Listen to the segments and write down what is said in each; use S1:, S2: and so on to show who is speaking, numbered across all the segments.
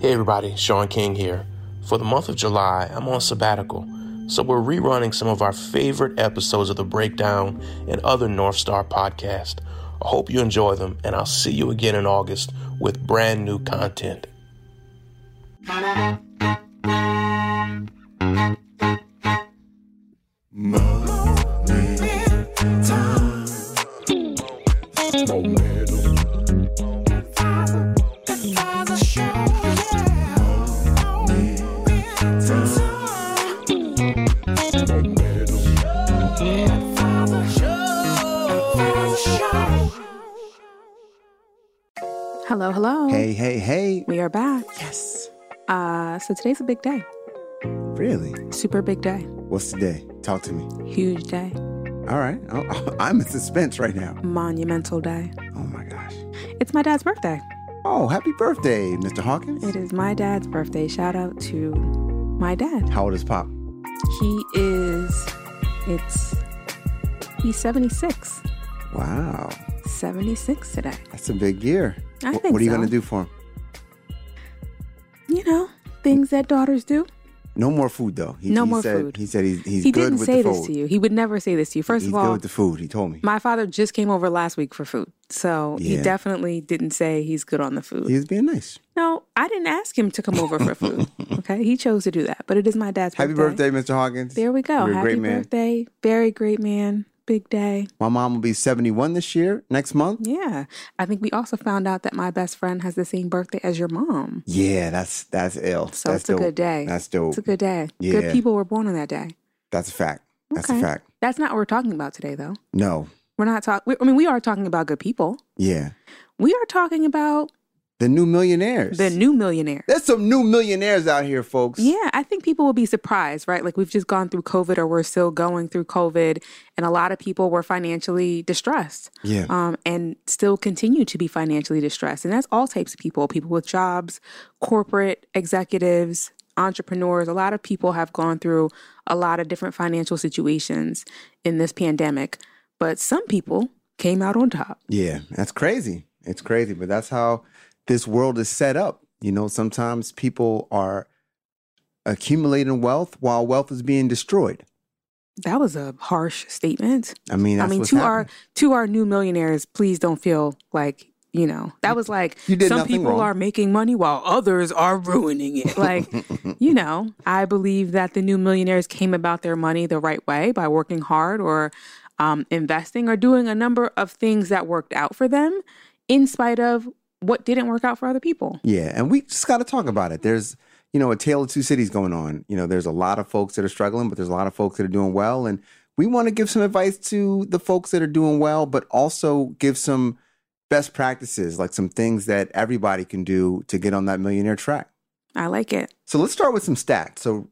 S1: Hey everybody, Sean King here. For the month of July, I'm on sabbatical, so we're rerunning some of our favorite episodes of The Breakdown and other North Star podcasts. I hope you enjoy them, and I'll see you again in August with brand new content.
S2: Hello, hello.
S3: Hey, hey, hey.
S2: We are back.
S3: Yes.
S2: Uh, so today's a big day,
S3: Really?
S2: super big day,
S3: What's today? Talk to me.
S2: huge day,
S3: All right. I- I'm in suspense right now.
S2: monumental day.
S3: Oh my gosh.
S2: It's my dad's birthday.
S3: Oh, happy birthday, Mr. Hawkins.
S2: It is my dad's birthday. Shout out to my dad.
S3: How old is Pop?
S2: He is, it's, he's 76.
S3: Wow.
S2: 76 today.
S3: That's a big year.
S2: I
S3: Wh-
S2: think
S3: What are you
S2: so.
S3: going to do for him?
S2: You know, things that daughters do.
S3: No more food, though. He,
S2: No
S3: he
S2: more
S3: said,
S2: food.
S3: He said he's, he's
S2: he
S3: good
S2: didn't
S3: with
S2: say
S3: the food.
S2: this to you. He would never say this to you. First of
S3: he's good
S2: all, Mm-hmm.
S3: with the food. He told me.
S2: my father just came over last week for food. So he
S3: Yeah.
S2: definitely didn't say he's good on the food.
S3: He was being nice.
S2: No, I didn't ask him to come over for food. Okay, he chose to do that, but it is my dad's
S3: Happy birthday, Mr. Hawkins.
S2: There we go.
S3: You're a
S2: Happy
S3: great man.
S2: birthday, very great man, big day.
S3: My mom will be 71 this year, next month.
S2: Yeah, I think we also found out that my best friend has the same birthday as your mom.
S3: Yeah, that's that's ill.
S2: So
S3: that's
S2: it's a
S3: dope.
S2: good day.
S3: That's dope.
S2: It's a good day. Good
S3: Yeah.
S2: people were born on that day.
S3: That's a fact. That's
S2: Okay.
S3: a fact.
S2: That's not what we're talking about today, though.
S3: No.
S2: We're not talking. I mean, we are talking about good people.
S3: Yeah.
S2: We are talking about
S3: The new millionaires.
S2: the new millionaire.
S3: There's some new millionaires out here, folks.
S2: Yeah, I think people will be surprised, right? Like we've just gone through COVID or we're still going through COVID, and a lot of people were financially distressed.
S3: Yeah.
S2: Um, and still continue to be financially distressed. And that's all types of people people with jobs, corporate executives, entrepreneurs. A lot of people have gone through a lot of different financial situations in this pandemic, but some people came out on top.
S3: Yeah. That's crazy. It's crazy, but that's how this world is set up. You know, sometimes people are accumulating wealth while wealth is being destroyed.
S2: That was a harsh statement.
S3: I mean, that's
S2: I mean,
S3: what's
S2: to our
S3: happening.
S2: to our new millionaires, please don't feel like you know that was like
S3: You did
S2: some
S3: nothing
S2: people
S3: wrong.
S2: are making money while others are ruining it. Like, you know, I believe that the new millionaires came about their money the right way by working hard or um, investing or doing a number of things that worked out for them, in spite of what didn't work out for other people.
S3: Yeah, and we just got to talk about it. There's, you know, a tale of two cities going on. You know, there's a lot of folks that are struggling, but there's a lot of folks that are doing well. And we want to give some advice to the folks that are doing well, but also give some best practices, like some things that everybody can do to get on that millionaire track.
S2: I like it.
S3: So let's start with some stats. So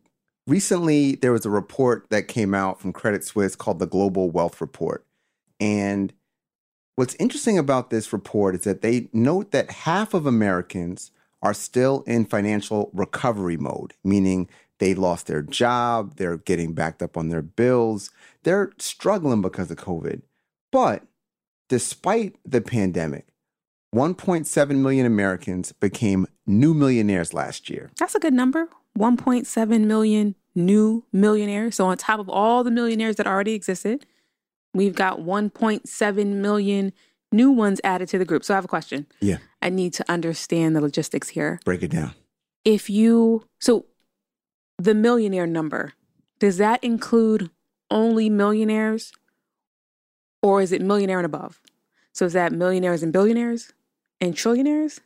S3: recently, there was a report that came out from Credit Suisse called the Global Wealth Report. And what's interesting about this report is that they note that half of Americans are still in financial recovery mode, meaning they lost their job, they're getting backed up on their bills, they're struggling because of COVID. But despite the pandemic, 1.7 million Americans became new millionaires last year.
S2: That's a good number. 1.7 million new millionaires. So, on top of all the millionaires that already existed, we've got 1.7 million new ones added to the group. So, I have a question.
S3: Yeah.
S2: I need to understand the logistics here.
S3: Break it down.
S2: If you, so the millionaire number, does that include only millionaires or is it millionaire and above? So, is that millionaires and billionaires and trillionaires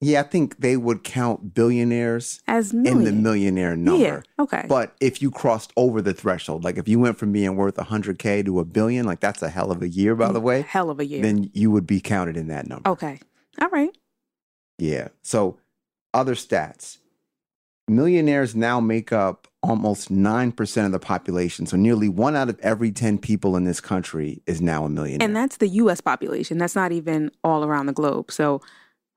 S3: Yeah, I think they would count billionaires
S2: as
S3: in
S2: millionaires?
S3: the millionaire number.
S2: Yeah. Okay.
S3: But if you crossed over the threshold, like if you went from being worth 100K to a billion, like that's a hell of a year, by the way,
S2: hell of a year.
S3: then you would be counted in that number.
S2: Okay. All right.
S3: Yeah. So, other stats millionaires now make up almost 9% of the population. So, nearly one out of every 10 people in this country is now a millionaire.
S2: And that's the US population. That's not even all around the globe. So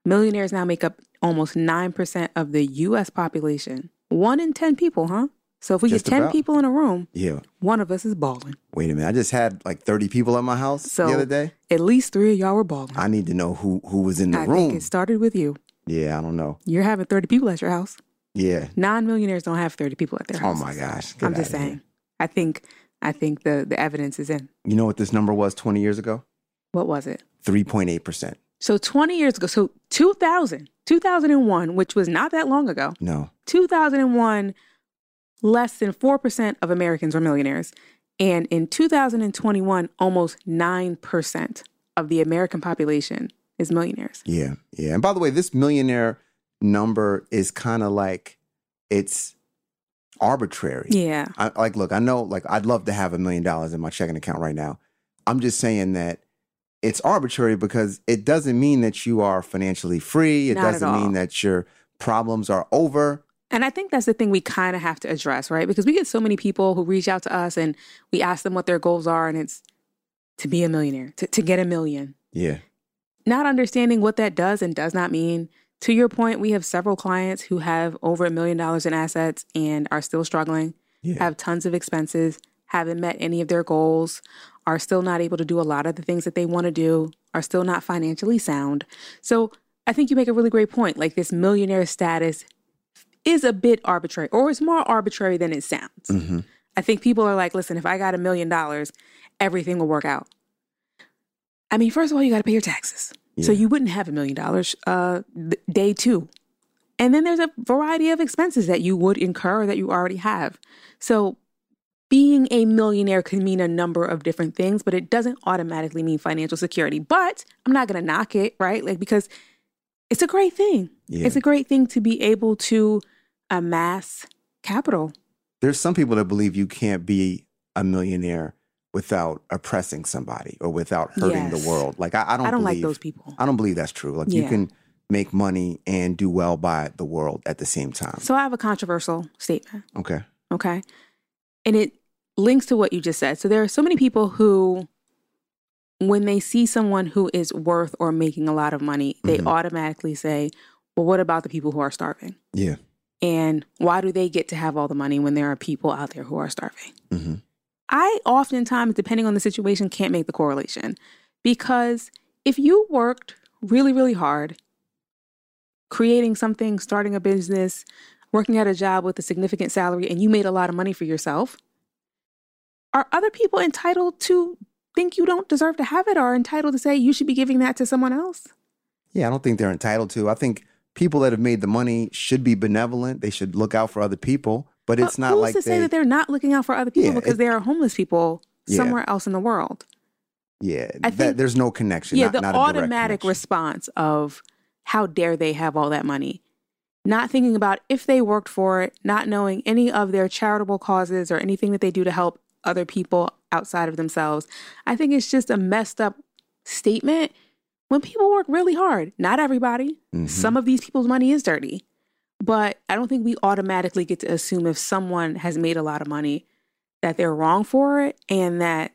S2: millionaires now make up almost 9% of the US population. One in 10 people, huh? So if we
S3: Just
S2: get 10
S3: about.
S2: people in a room,
S3: yeah.
S2: one of us is balling.
S3: Wait a minute. I just had like 30 people at my house
S2: So
S3: the other day.
S2: At least three of y'all were balling.
S3: I need to know who, who was in the
S2: I
S3: room.
S2: think it started with you.
S3: Yeah, I don't know.
S2: You're having 30 people at your house.
S3: Yeah.
S2: Non-millionaires don't have 30 people at their
S3: Oh
S2: house.
S3: my gosh. Get
S2: I'm just
S3: outta here.
S2: saying. I think I think the the evidence is in.
S3: You know what this number was 20 years ago?
S2: What was it?
S3: 3.8%.
S2: So 20 years ago, so 2000, 2001, which was not that long ago.
S3: No.
S2: 2001 less than 4% of Americans were millionaires, and in 2021 almost 9% of the American population is millionaires.
S3: Yeah. Yeah. And by the way, this millionaire number is kind of like it's arbitrary.
S2: Yeah.
S3: I, like, look, I know, like, I'd love to have a million dollars in my checking account right now. I'm just saying that it's arbitrary because it doesn't mean that you are financially free. It
S2: Not at
S3: doesn't mean
S2: all.
S3: that your problems are over.
S2: And I think that's the thing we kind of have to address, right? Because we get so many people who reach out to us and we ask them what their goals are, and it's to be a millionaire, to, to get a million.
S3: Yeah.
S2: Not understanding what that does and does not mean. To your point, we have several clients who have over a million dollars in assets and are still struggling,
S3: Yeah.
S2: have tons of expenses, haven't met any of their goals, are still not able to do a lot of the things that they want to do, are still not financially sound. So I think you make a really great point. Like this millionaire status is a bit arbitrary, or it's more arbitrary than it sounds.
S3: Mhm.
S2: I think people are like, listen, if I got a million dollars, everything will work out. I mean, first of all, you got to pay your taxes. So
S3: Yeah.
S2: you wouldn't have a million dollars uh, th- day two. And then there's a variety of expenses that you would incur that you already have. So being a millionaire can mean a number of different things, but it doesn't automatically mean financial security. But I'm not going to knock it, right? Like, because it's a great thing.
S3: Yeah.
S2: It's a great thing to be able to amass capital.
S3: There's some people that believe you can't be a millionaire without oppressing somebody or without hurting
S2: Yes.
S3: the world. Like, I, I
S2: I
S3: don't
S2: don't, like
S3: believe,
S2: those people.
S3: I don't believe that's true. Like, you
S2: Yeah.
S3: can make money and do well by the world at the same time.
S2: So I have a controversial statement.
S3: okay.
S2: Okay. And it links to what you just said. So there are so many people who, when they see someone who is worth or making a lot of money, they
S3: Mhm.
S2: automatically say, well, what about the people who are starving?
S3: Yeah.
S2: And why do they get to have all the money when there are people out there who are starving?
S3: hmm
S2: I oftentimes, depending on the situation, can't make the correlation because if you worked really, really hard creating something, starting a business, working at a job with a significant salary, and you made a lot of money for yourself, are other people entitled to think you don't deserve to have it or entitled to say you should be giving that to someone else?
S3: Yeah, I don't think they're entitled to. I think people that have made the money should be benevolent. They should look out for other people. But it's not
S2: Uh, who's
S3: like
S2: to say
S3: they-
S2: that they're not looking out for other people
S3: Yeah,
S2: because
S3: it-
S2: there are homeless people
S3: Yeah.
S2: somewhere else in the world.
S3: yeah,
S2: I
S3: that,
S2: think-
S3: there's no connection.
S2: yeah,
S3: not,
S2: the
S3: not a direct
S2: automatic
S3: connection.
S2: response of how dare they have all that money, not thinking about if they worked for it, not knowing any of their charitable causes or anything that they do to help other people outside of themselves. I think it's just a messed up statement. When people work really hard, not everybody,
S3: Mhm.
S2: some of these people's money is dirty, but I don't think we automatically get to assume if someone has made a lot of money that they're wrong for it and that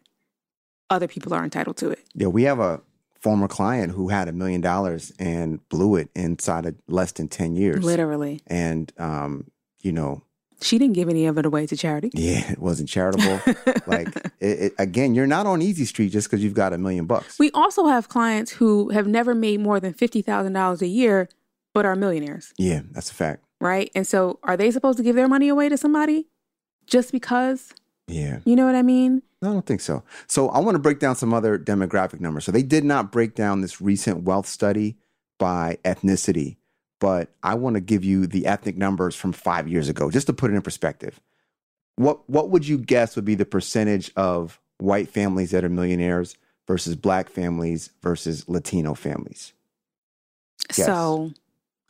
S2: other people are entitled to it.
S3: Yeah, we have a former client who had a million dollars and blew it inside of less than ten years.
S2: Literally.
S3: And um, you know,
S2: She didn't give any of it away to charity.
S3: yeah, it wasn't charitable. like it, it, again, you're not on easy street just because you've got a million bucks.
S2: We also have clients who have never made more than $50,000 a year, but are millionaires,
S3: yeah, that's a fact.
S2: right? And so are they supposed to give their money away to somebody just because?
S3: Yeah.
S2: You know what I mean?
S3: No, I don't think so. So I want to break down some other demographic numbers. So they did not break down this recent wealth study by ethnicity, but I want to give you the ethnic numbers from five years ago, just to put it in perspective. What what would you guess would be the percentage of white families that are millionaires versus black families versus Latino families Yes.
S2: So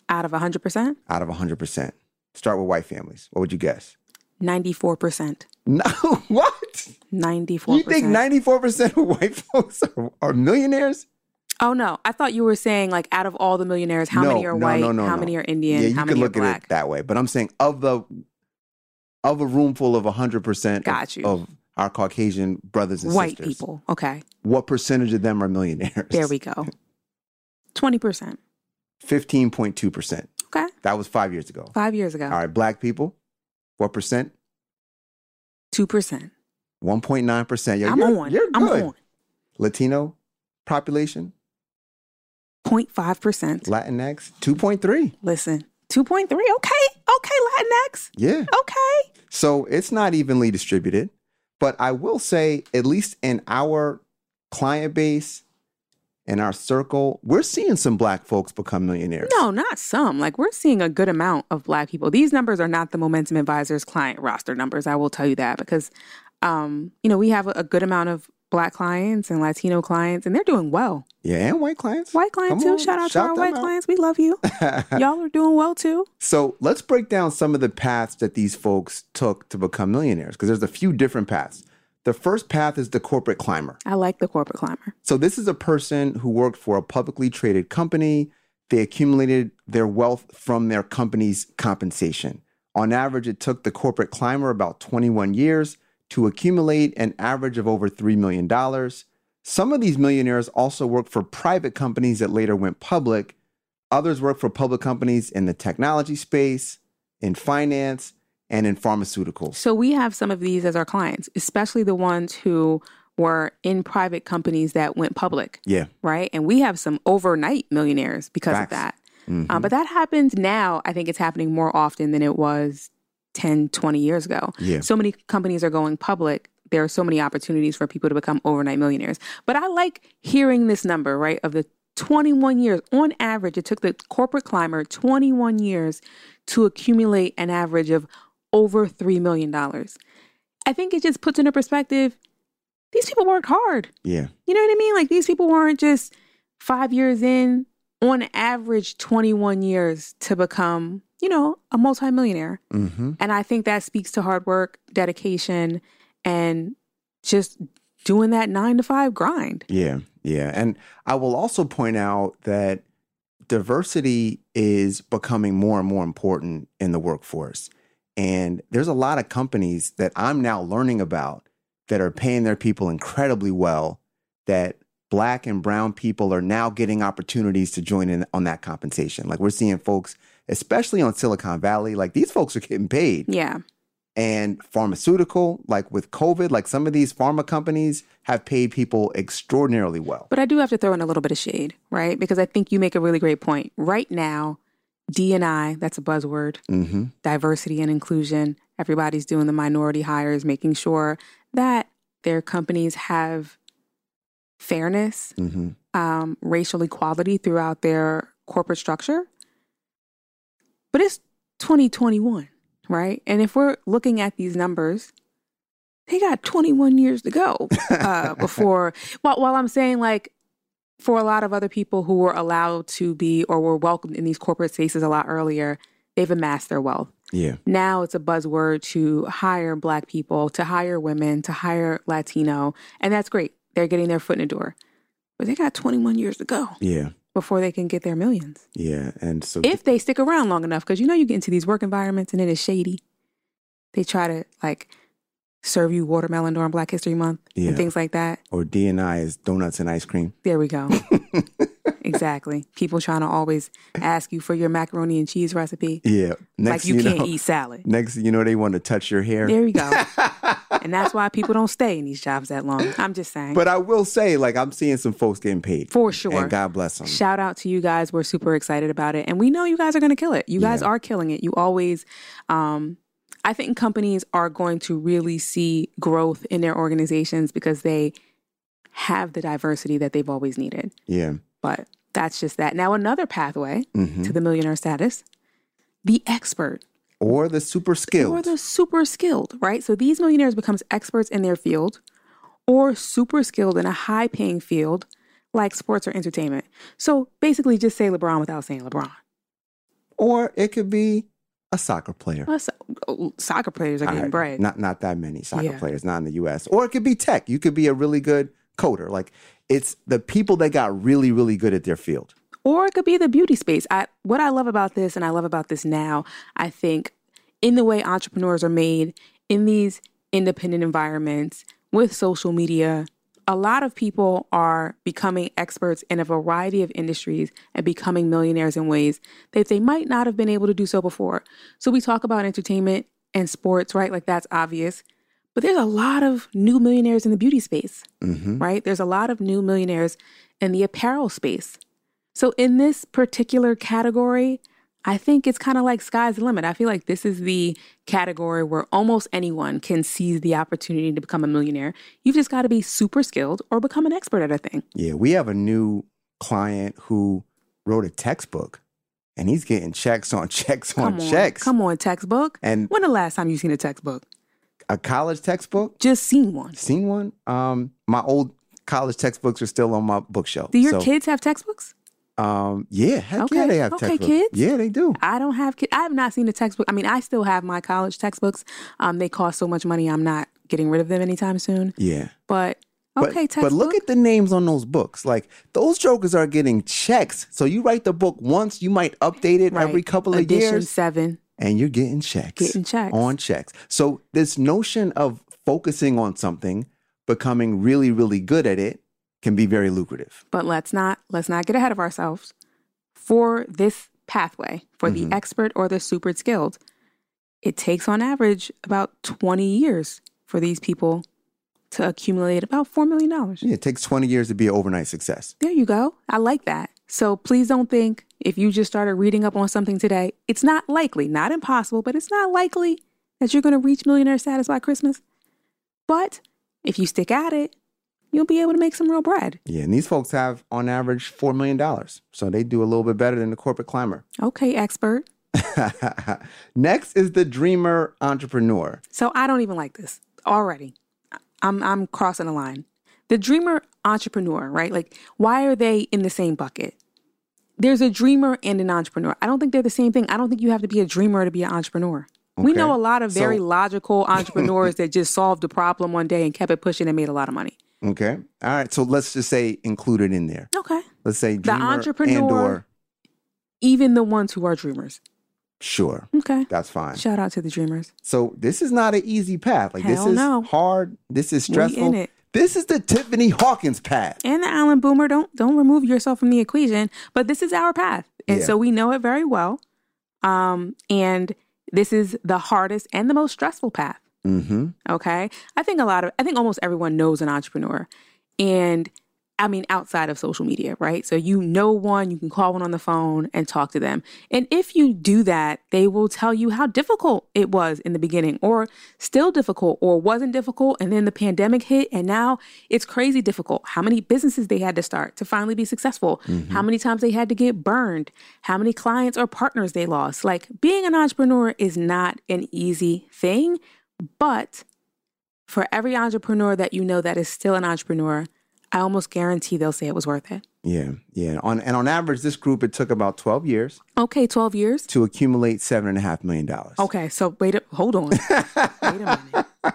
S2: out of 100%,
S3: out of 100%? Start with white families. What would you guess?
S2: 94%.
S3: No, what?
S2: 94%.
S3: You think 94% of white folks are, are millionaires?
S2: oh, no. I thought you were saying, like, out of all the millionaires, how
S3: No,
S2: many are
S3: no,
S2: white,
S3: no, no,
S2: how
S3: no.
S2: many are Indian,
S3: yeah,
S2: how
S3: you
S2: many
S3: can look
S2: are
S3: at
S2: black?
S3: it that way. But I'm saying of the of a room full of 100% of-
S2: Got you.
S3: Of, our Caucasian brothers and
S2: white
S3: sisters,
S2: people. Okay.
S3: what percentage of them are millionaires?
S2: There we go. 20%.
S3: 15.2%.
S2: Okay.
S3: That was five years ago.
S2: Five years ago.
S3: All right, black people, what percent?
S2: Two percent.
S3: 1.9%. Yo,
S2: I'm
S3: you're,
S2: on.
S3: You're
S2: I'm
S3: good.
S2: on.
S3: Latino population,
S2: 0.5%.
S3: Latinx, 2.3.
S2: Listen, 2.3. Okay. Okay, Latinx.
S3: Yeah.
S2: Okay.
S3: So it's not evenly distributed. But I will say, at least in our client base, in our circle, we're seeing some black folks become millionaires.
S2: No, not some. Like we're seeing a good amount of black people. These numbers are not the Momentum Advisors client roster numbers. I will tell you that because um, you know, we have a, a good amount of black clients and Latino clients and they're doing well.
S3: Yeah, and white clients.
S2: White clients
S3: Come
S2: too. Shout
S3: on,
S2: out to
S3: shout
S2: our
S3: them
S2: white
S3: out.
S2: clients. We love you. Y'all are doing well too.
S3: So let's break down some of the paths that these folks took to become millionaires, because there's a few different paths. The first path is the corporate climber.
S2: I like the corporate climber.
S3: So this is a person who worked for a publicly traded company. They accumulated their wealth from their company's compensation. On average, it took the corporate climber about 21 years to accumulate an average of over $3 million. Some of these millionaires also worked for private companies that later went public. Others worked for public companies in the technology space, in finance, and in pharmaceuticals.
S2: So we have some of these as our clients, especially the ones who were in private companies that went public.
S3: Yeah.
S2: right? And we have some overnight millionaires because
S3: Facts.
S2: of that.
S3: Mhm.
S2: Uh, but that happens now. I think it's happening more often than it was 10, 20 years ago.
S3: Yeah.
S2: So many companies are going public. There are so many opportunities for people to become overnight millionaires. But I like hearing this number, right? Of the 21 years on average, it took the corporate climber 21 years to accumulate an average of over $3 million. I think it just puts into perspective these people worked hard.
S3: Yeah.
S2: You know what I mean? Like these people weren't just five years in, on average, 21 years to become, you know, a multimillionaire.
S3: hmm
S2: And I think that speaks to hard work, dedication, and just doing that nine to five grind.
S3: Yeah, yeah. And I will also point out that diversity is becoming more and more important in the workforce. And there's a lot of companies that I'm now learning about that are paying their people incredibly well that black and brown people are now getting opportunities to join in on that compensation. Like we're seeing folks especially on Silicon Valley, like these folks are getting paid
S2: Yeah.
S3: and pharmaceutical, like with COVID, like some of these pharma companies have paid people extraordinarily well.
S2: But I do have to throw in a little bit of shade, right? Because I think you make a really great point. Right now, D&I, that's a buzzword,
S3: Mm-hmm.
S2: diversity and inclusion. Everybody's doing the minority hires, making sure that their companies have fairness,
S3: Mm-hmm.
S2: um, racial equality throughout their corporate structure. But it's 2021, right? And if we're looking at these numbers, they got 21 years to go uh, before. While, while I'm saying, like, for a lot of other people who were allowed to be or were welcomed in these corporate spaces a lot earlier, they've amassed their wealth
S3: Yeah.
S2: now it's a buzzword to hire black people, to hire women, to hire Latino. And that's great. They're getting their foot in the door. But they got 21 years to go
S3: Yeah.
S2: before they can get their millions.
S3: Yeah. And so,
S2: If they stick around long enough, because you know you get into these work environments and it is shady. They try to like serve you watermelon during Black History Month
S3: Yeah.
S2: and things like that.
S3: or DNI is donuts and ice cream.
S2: There we go. exactly. People trying to always ask you for your macaroni and cheese recipe.
S3: Yeah.
S2: like
S3: Next,
S2: you,
S3: you,
S2: can't
S3: know,
S2: eat salad.
S3: next, you know, they want to touch your hair.
S2: There you go. and that's why people don't stay in these jobs that long. I'm just saying.
S3: But I will say, like, I'm seeing some folks getting paid.
S2: for sure.
S3: And God bless them.
S2: Shout out to you guys. We're super excited about it. And we know you guys are going to kill it. You guys
S3: Yeah.
S2: are killing it. You always, um, I think companies are going to really see growth in their organizations because they have the diversity that they've always needed.
S3: yeah.
S2: But that's just that. Now, another pathway
S3: hmm
S2: to the millionaire status the expert.
S3: Or the super skilled.
S2: Or the super skilled, right? So these millionaires becomes experts in their field or super skilled in a high paying field like sports or entertainment. So basically just say LeBron without saying LeBron.
S3: or it could be a soccer player.
S2: Well, so- oh, soccer players are
S3: All
S2: getting
S3: right,
S2: bread.
S3: Not not that many soccer
S2: Yeah.
S3: players, not in the US. Or it could be tech. You could be a really good coder. Like it's the people that got really, really good at their field.
S2: or it could be the beauty space. I what I love about this and I love about this now, I think in the way entrepreneurs are made in these independent environments with social media, a lot of people are becoming experts in a variety of industries and becoming millionaires in ways that they might not have been able to do so before. So we talk about entertainment and sports, right? Like that's obvious. But there's a lot of new millionaires in the beauty space,
S3: Mm-hmm.
S2: right? There's a lot of new millionaires in the apparel space So, in this particular category, I think it's kind of like sky's the limit. I feel like this is the category where almost anyone can seize the opportunity to become a millionaire. You've just got to be super skilled or become an expert at a thing.
S3: Yeah, we have a new client who wrote a textbook and he's getting checks on checks on,
S2: Come on,
S3: checks.
S2: Come on, textbook.
S3: And
S2: When the last time you seen a textbook?
S3: a college textbook?
S2: Just seen one.
S3: Seen one? Um, my old college textbooks are still on my bookshelf.
S2: Do your
S3: so,
S2: kids have textbooks?
S3: Um, yeah, heck yeah,
S2: Okay,
S3: they have
S2: okay,
S3: textbooks.
S2: kids.
S3: Yeah, they do.
S2: I don't have kids. I have not seen a textbook. I mean, I still have my college textbooks. Um, they cost so much money. I'm not getting rid of them anytime soon.
S3: Yeah.
S2: But
S3: But,
S2: okay, textbook.
S3: but look at the names on those books. Like those jokers are getting checks. So you write the book once, you might update it
S2: Right.
S3: every couple of
S2: Edition
S3: years,
S2: seven.
S3: and you're getting checks.
S2: Getting checks.
S3: on checks. So this notion of focusing on something, becoming really, really good at it, can be very lucrative.
S2: but let's not let's not get ahead of ourselves for this pathway for the expert or the super skilled it takes on average about 20 years for these people to accumulate about $4 million
S3: Yeah, it takes 20 years to be an overnight success.
S2: there you go i like that so please don't think if you just started reading up on something today it's not likely not impossible but it's not likely that you're going to reach millionaire status by christmas but if you stick at it you'll be able to make some real bread
S3: Yeah, and these folks have on average $4 million. So they do a little bit better than the corporate climber.
S2: okay expert
S3: Next is the dreamer entrepreneur.
S2: So I don't even like this already. I'm I'm crossing the line. The dreamer entrepreneur, right? Like why are they in the same bucket? There's a dreamer and an entrepreneur. I don't think they're the same thing. I don't think you have to be a dreamer to be an entrepreneur. We
S3: Okay.
S2: know a lot of very
S3: So-
S2: logical entrepreneurs that just solved a problem one day and kept it pushing and made a lot of money.
S3: Okay. All right. So let's just say included in there.
S2: Okay.
S3: Let's say dreamer
S2: entrepreneur-
S3: and or
S2: Even the ones who are dreamers.
S3: sure.
S2: Okay.
S3: That's fine.
S2: Shout out to the dreamers.
S3: So this is not an easy path. Like this
S2: Hell
S3: is
S2: no.
S3: hard. This is
S2: We
S3: stressful.
S2: in it.
S3: This is the Tiffany Hawkins path.
S2: and the Allen Boomer. Don't don't remove yourself from the equation. But this is our path, and
S3: Yeah.
S2: so we know it very well. Um, and this is the hardest and the most stressful path.
S3: Mm-hmm.
S2: Okay, I think a lot of I think almost everyone knows an entrepreneur, and I mean outside of social media, right? So you know one, you can call one on the phone and talk to them. And if you do that, they will tell you how difficult it was in the beginning, or still difficult, or wasn't difficult, and then the pandemic hit, and now it's crazy difficult. How many businesses they had to start to finally be successful? How many times they had to get burned? How many clients or partners they lost? Like being an entrepreneur is not an easy thing, but for every entrepreneur that you know that is still an entrepreneur, I almost guarantee they'll say it was worth it.
S3: Yeah, yeah. On and on average, this group it took about twelve years
S2: Okay, 12 years.
S3: to accumulate seven and a half million dollars.
S2: Okay, so wait, a- hold on. wait a minute.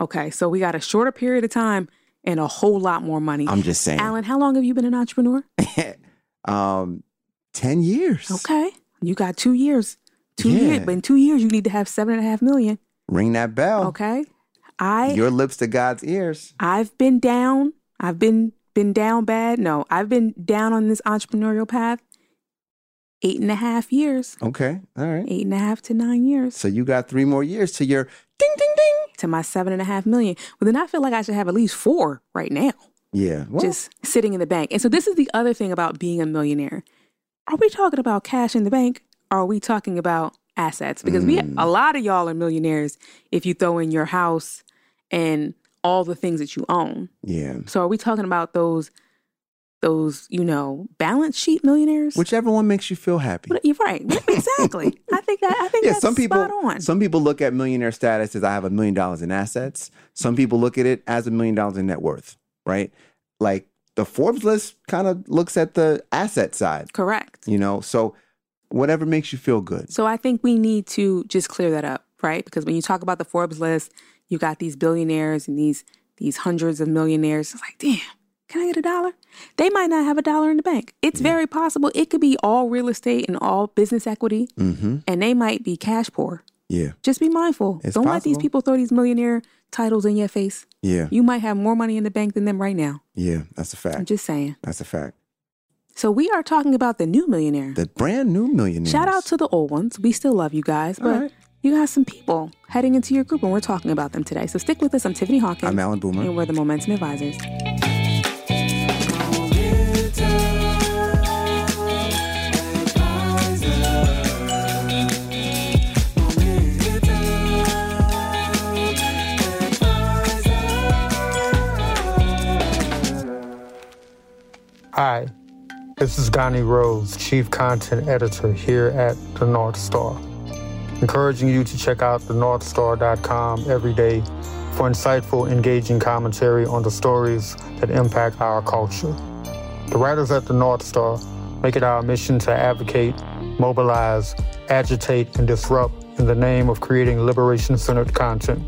S2: Okay, so we got a shorter period of time and a whole lot more money.
S3: I'm just saying.
S2: Alan, how long have you been an entrepreneur?
S3: um, ten years.
S2: Okay, you got two years. Two
S3: Yeah.
S2: years, but in two years you need to have seven and a half million.
S3: Ring that bell.
S2: Okay, I
S3: Your lips to God's ears.
S2: I've been down. I've been been down bad. No, I've been down on this entrepreneurial path eight and a half years,
S3: Okay. All right.
S2: eight and a half to nine years
S3: So you got three more years to your ding ding ding.
S2: to my seven and a half million. Well, then I feel like I should have at least four right now,
S3: Yeah. Well,
S2: just sitting in the bank. And so this is the other thing about being a millionaire. Are we talking about cash in the bank? Or are we talking about assets? Because we
S3: Hmm.
S2: a lot of y'all are millionaires if you throw in your house and all the things that you own.
S3: yeah.
S2: So are we talking about those those, you know, balance sheet millionaires?
S3: Whichever one makes you feel happy.
S2: What- you're right. Exactly. I think that I think
S3: yeah,
S2: that's
S3: some people
S2: spot on.
S3: some people look at millionaire status as I have a million dollars in assets. Some people look at it as a million dollars in net worth, right? Like the Forbes list kind of looks at the asset side,
S2: Correct.
S3: you know. So whatever makes you feel good.
S2: So I think we need to just clear that up, right? Because when you talk about the Forbes list, you got these billionaires and these these hundreds of millionaires. It's like, damn, can I get a dollar? They might not have a dollar in the bank. It's very possible. It could be all real estate and all business equity,
S3: Mm-hmm.
S2: and they might be cash poor.
S3: Yeah,
S2: Just be mindful.
S3: It's
S2: Don't let these
S3: possible.
S2: people throw these millionaire titles in your face.
S3: yeah,
S2: You might have more money in the bank than them right now.
S3: yeah. That's a
S2: I'm
S3: fact.
S2: just saying.
S3: That's a fact.
S2: So we are talking about the new millionaire.
S3: The brand new millionaires.
S2: Shout out to the old ones. We still love you guys, but
S3: right.
S2: you got some people heading into your group, and we're talking about them today. So stick with us. I'm Tiffany Hawkins.
S3: I'm Alan Boomer.
S2: And we're the Momentum Advisors.
S4: Momentum. This is Donnie Rose, Chief Content Editor here at the North Star. Encouraging you to check out thenorthstar.com every day for insightful, engaging commentary on the stories that impact our culture. The writers at the North Star make it our mission to advocate, mobilize, agitate, and disrupt in the name of creating liberation centered content.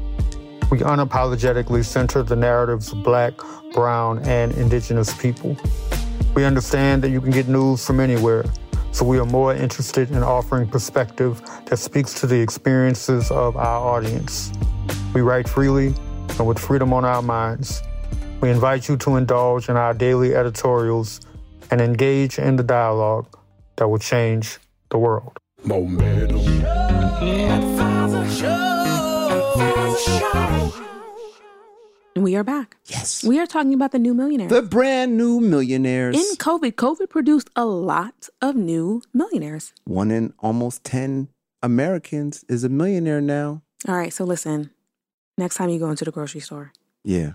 S4: We unapologetically center the narratives of Black, Brown, and Indigenous people. We understand that you can get news from anywhere, so we are more interested in offering perspective that speaks to the experiences of our audience. We write freely and with freedom on our minds. We invite you to indulge in our daily editorials and engage in the dialogue that will change the world.
S1: Momentum.
S2: And we are back.
S3: Yes.
S2: We are talking about the new millionaires.
S3: The brand new millionaires.
S2: in COVID, COVID produced a lot of new millionaires.
S3: One in almost 10 Americans is a millionaire now.
S2: All right, so listen. Next time you go into the grocery store,
S3: Yeah.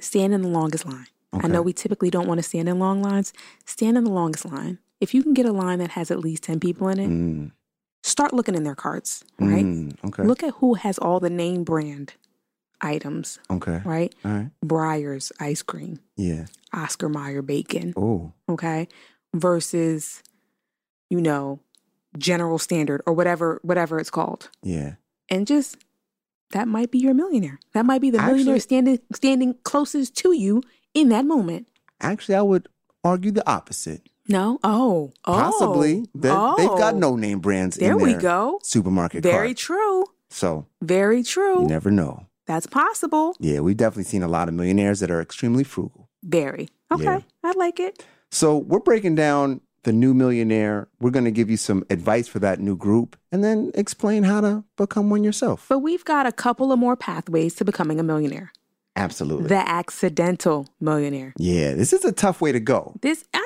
S2: stand in the longest line. I
S3: Okay.
S2: know we typically don't want to stand in long lines. Stand in the longest line. If you can get a line that has at least 10 people in it,
S3: Mm,
S2: start looking in their carts, right?
S3: mm, okay.
S2: Look at who has all the name brand items,
S3: Okay.
S2: right?
S3: All right.
S2: Breyers ice cream,
S3: Yeah.
S2: Oscar Mayer bacon,
S3: Oh.
S2: okay? Versus, you know, general standard or whatever whatever it's called.
S3: Yeah.
S2: And just that might be your millionaire. That might be the millionaire
S3: Actually-
S2: standing standing closest to you in that moment.
S3: Actually, I would argue the opposite.
S2: No? Oh. oh
S3: Possibly. They- They've got
S2: Oh.
S3: no name brands
S2: There
S3: in
S2: we
S3: their
S2: go.
S3: supermarket
S2: Very
S3: cart.
S2: true.
S3: so
S2: Very true.
S3: you never know.
S2: That's possible.
S3: Yeah, we've definitely seen a lot of millionaires that are extremely frugal.
S2: Very. Okay.
S3: Yeah.
S2: I like it.
S3: So we're breaking down the new millionaire. We're going to give you some advice for that new group and then explain how to become one yourself.
S2: But we've got a couple of more pathways to becoming a millionaire.
S3: Absolutely.
S2: The accidental millionaire.
S3: yeah, this is a tough way to go.
S2: This ah,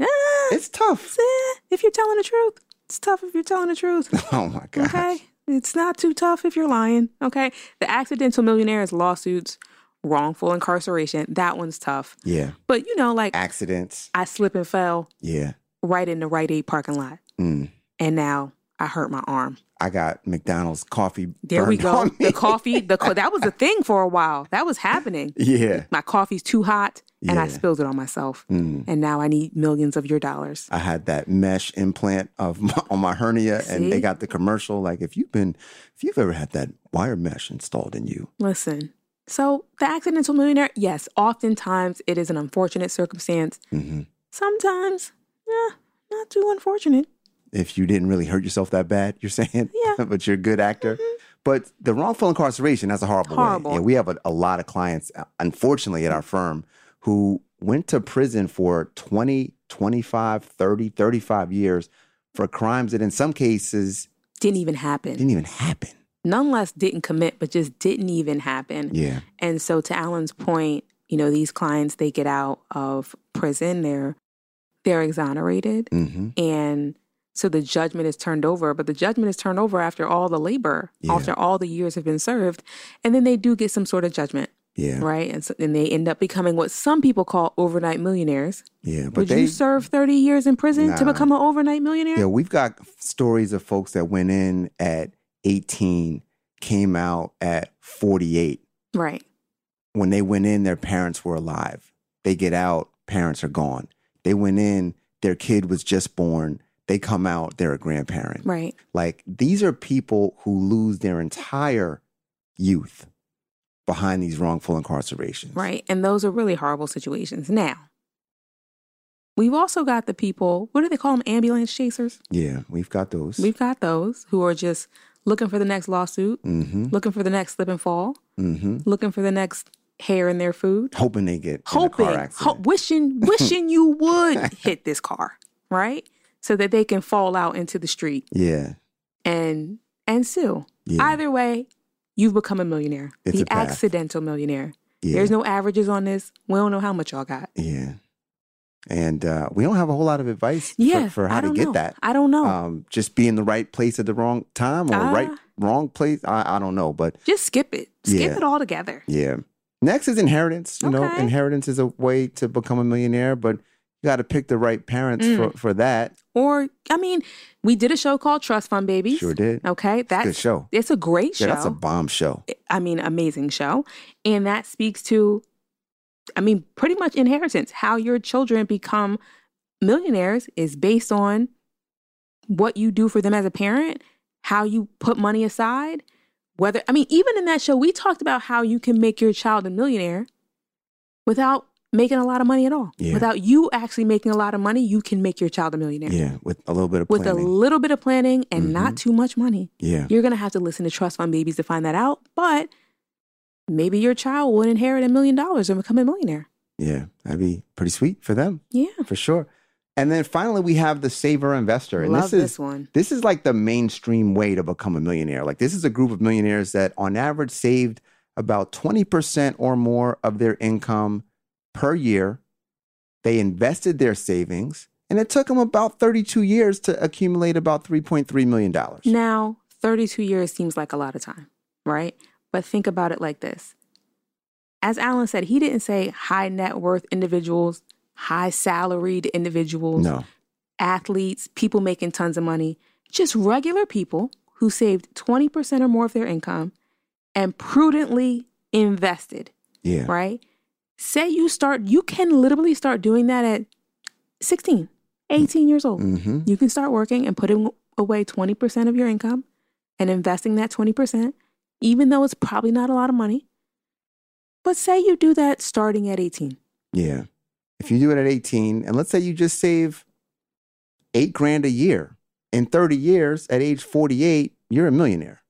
S2: ah
S3: It's tough.
S2: it's, eh, if you're telling the truth. It's tough if you're telling the truth.
S3: Oh my gosh.
S2: Okay. It's not too tough if you're lying. Okay. The accidental millionaire is lawsuits, wrongful incarceration. That one's tough.
S3: Yeah.
S2: But you know, like
S3: Accidents.
S2: I slip and fell
S3: Yeah.
S2: right in the Rite Aid parking lot.
S3: Mm.
S2: And now I hurt my arm.
S3: I got McDonald's coffee.
S2: There we
S3: burned
S2: go.
S3: on me.
S2: The coffee, the co- that was a thing for a while. That was happening.
S3: Yeah.
S2: My coffee's too hot, and I
S3: Yeah.
S2: spilled it on myself.
S3: Mm.
S2: And now I need millions of your dollars.
S3: I had that mesh implant of my, on my hernia, and
S2: See?
S3: they got the commercial. Like, if you've been, if you've ever had that wire mesh installed in you,
S2: Listen. So the accidental millionaire, yes, oftentimes it is an unfortunate circumstance.
S3: mhm,
S2: Sometimes, eh, not too unfortunate.
S3: if you didn't really hurt yourself that bad, you're saying,
S2: Yeah. Mm-hmm.
S3: but you're a good actor. But the wrongful incarceration, that's a horrible,
S2: Horrible.
S3: way. And we have a, a lot of clients, uh, unfortunately, at our firm who went to prison for 20, 25, 30, 35 years for crimes that in some cases
S2: Didn't even happen.
S3: didn't even happen.
S2: Nonetheless, didn't commit, but just didn't even happen.
S3: Yeah.
S2: And so, to Alan's point, you know, these clients they get out of prison, they're they're exonerated,
S3: hmm
S2: and so the judgment is turned over. But the judgment is turned over after all the labor,
S3: Yeah.
S2: after all the years have been served, and then they do get some sort of judgment,
S3: Yeah.
S2: right? And so, and they end up becoming what some people call overnight millionaires.
S3: Yeah. But
S2: Would
S3: they,
S2: you serve thirty years in prison to
S3: Nah.
S2: become an overnight millionaire?
S3: Yeah, we've got stories of folks that went in at 18, came out at 48.
S2: Right.
S3: When they went in, their parents were alive. They get out, parents are gone. They went in, their kid was just born. They come out, they're a grandparent.
S2: Right.
S3: Like these are people who lose their entire youth behind these wrongful incarcerations.
S2: Right. And those are really horrible situations. Now, we've also got the people, what do they call them? Ambulance chasers.
S3: Yeah, we've got those.
S2: We've got those who are just looking for the next lawsuit,
S3: mm-hmm.
S2: looking for the next slip and fall,
S3: Mm-hmm.
S2: looking for the next hair in their food,
S3: Hoping they get
S2: hoping,
S3: in a car
S2: ho-
S3: accident.
S2: wishing, wishing you would hit this car, right? So that they can fall out into the street
S3: yeah.
S2: and and sue.
S3: Yeah.
S2: Either way, you've become a millionaire,
S3: It's
S2: the
S3: a path.
S2: accidental millionaire.
S3: yeah.
S2: There's no averages on this. We don't know how much y'all got.
S3: Yeah. And uh, we don't have a whole lot of advice for-
S2: Yeah,
S3: for, how
S2: I
S3: to
S2: don't
S3: get
S2: know.
S3: that.
S2: I don't know.
S3: Um, just be in the right place at the wrong time or right
S2: Ah.
S3: wrong place. I, I don't know, but
S2: Just skip it. Skip
S3: Yeah.
S2: it all together.
S3: yeah. Next is inheritance. You know,
S2: Okay.
S3: inheritance is a way to become a millionaire, but You got to pick the right parents
S2: Mm.
S3: for, for that.
S2: Or, I mean, we did a show called Trust Fund Babies.
S3: Sure did.
S2: Okay. That's
S3: good show.
S2: It's a great show.
S3: Yeah, that's a bomb show.
S2: I mean, amazing show. And that speaks to, I mean, pretty much inheritance. How your children become millionaires is based on what you do for them as a parent, how you put money aside. Whether, I mean, even in that show, we talked about how you can make your child a millionaire without making a lot of money at all.
S3: Yeah.
S2: Without you actually making a lot of money, you can make your child a millionaire.
S3: Yeah, with a little bit of
S2: With a
S3: planning.
S2: little bit of planning and not
S3: Mhm.
S2: too much money.
S3: yeah,
S2: You're going to have to listen to Trust Fund Babies to find that out, but maybe your child will inherit a million dollars and become a millionaire.
S3: yeah, that'd be pretty sweet for them
S2: Yeah.
S3: for sure. And then finally, we have the saver investor, and
S2: Love
S3: this is
S2: this one.
S3: this is like the mainstream way to become a millionaire. Like this is a group of millionaires that, on average, saved about twenty percent or more of their income per year. They invested their savings, and it took them about thirty-two years to accumulate about three point three million dollars.
S2: Now, 32 years seems like a lot of time, right? But think about it like this. As Alan said, he didn't say high net worth individuals, high salaried individuals.
S3: No,
S2: athletes, people making tons of money, just regular people who saved 20% or more of their income and prudently invested,
S3: yeah,
S2: right? Say you start, you can literally start doing that at 16, 18 years old.
S3: hmm
S2: You can start working and putting away 20% of your income and investing that 20%, even though it's probably not a lot of money. But say you do that starting at 18.
S3: yeah. If you do it at eighteen, and let's say you just save eight grand a year in thirty years, at age forty-eight, you're a millionaire.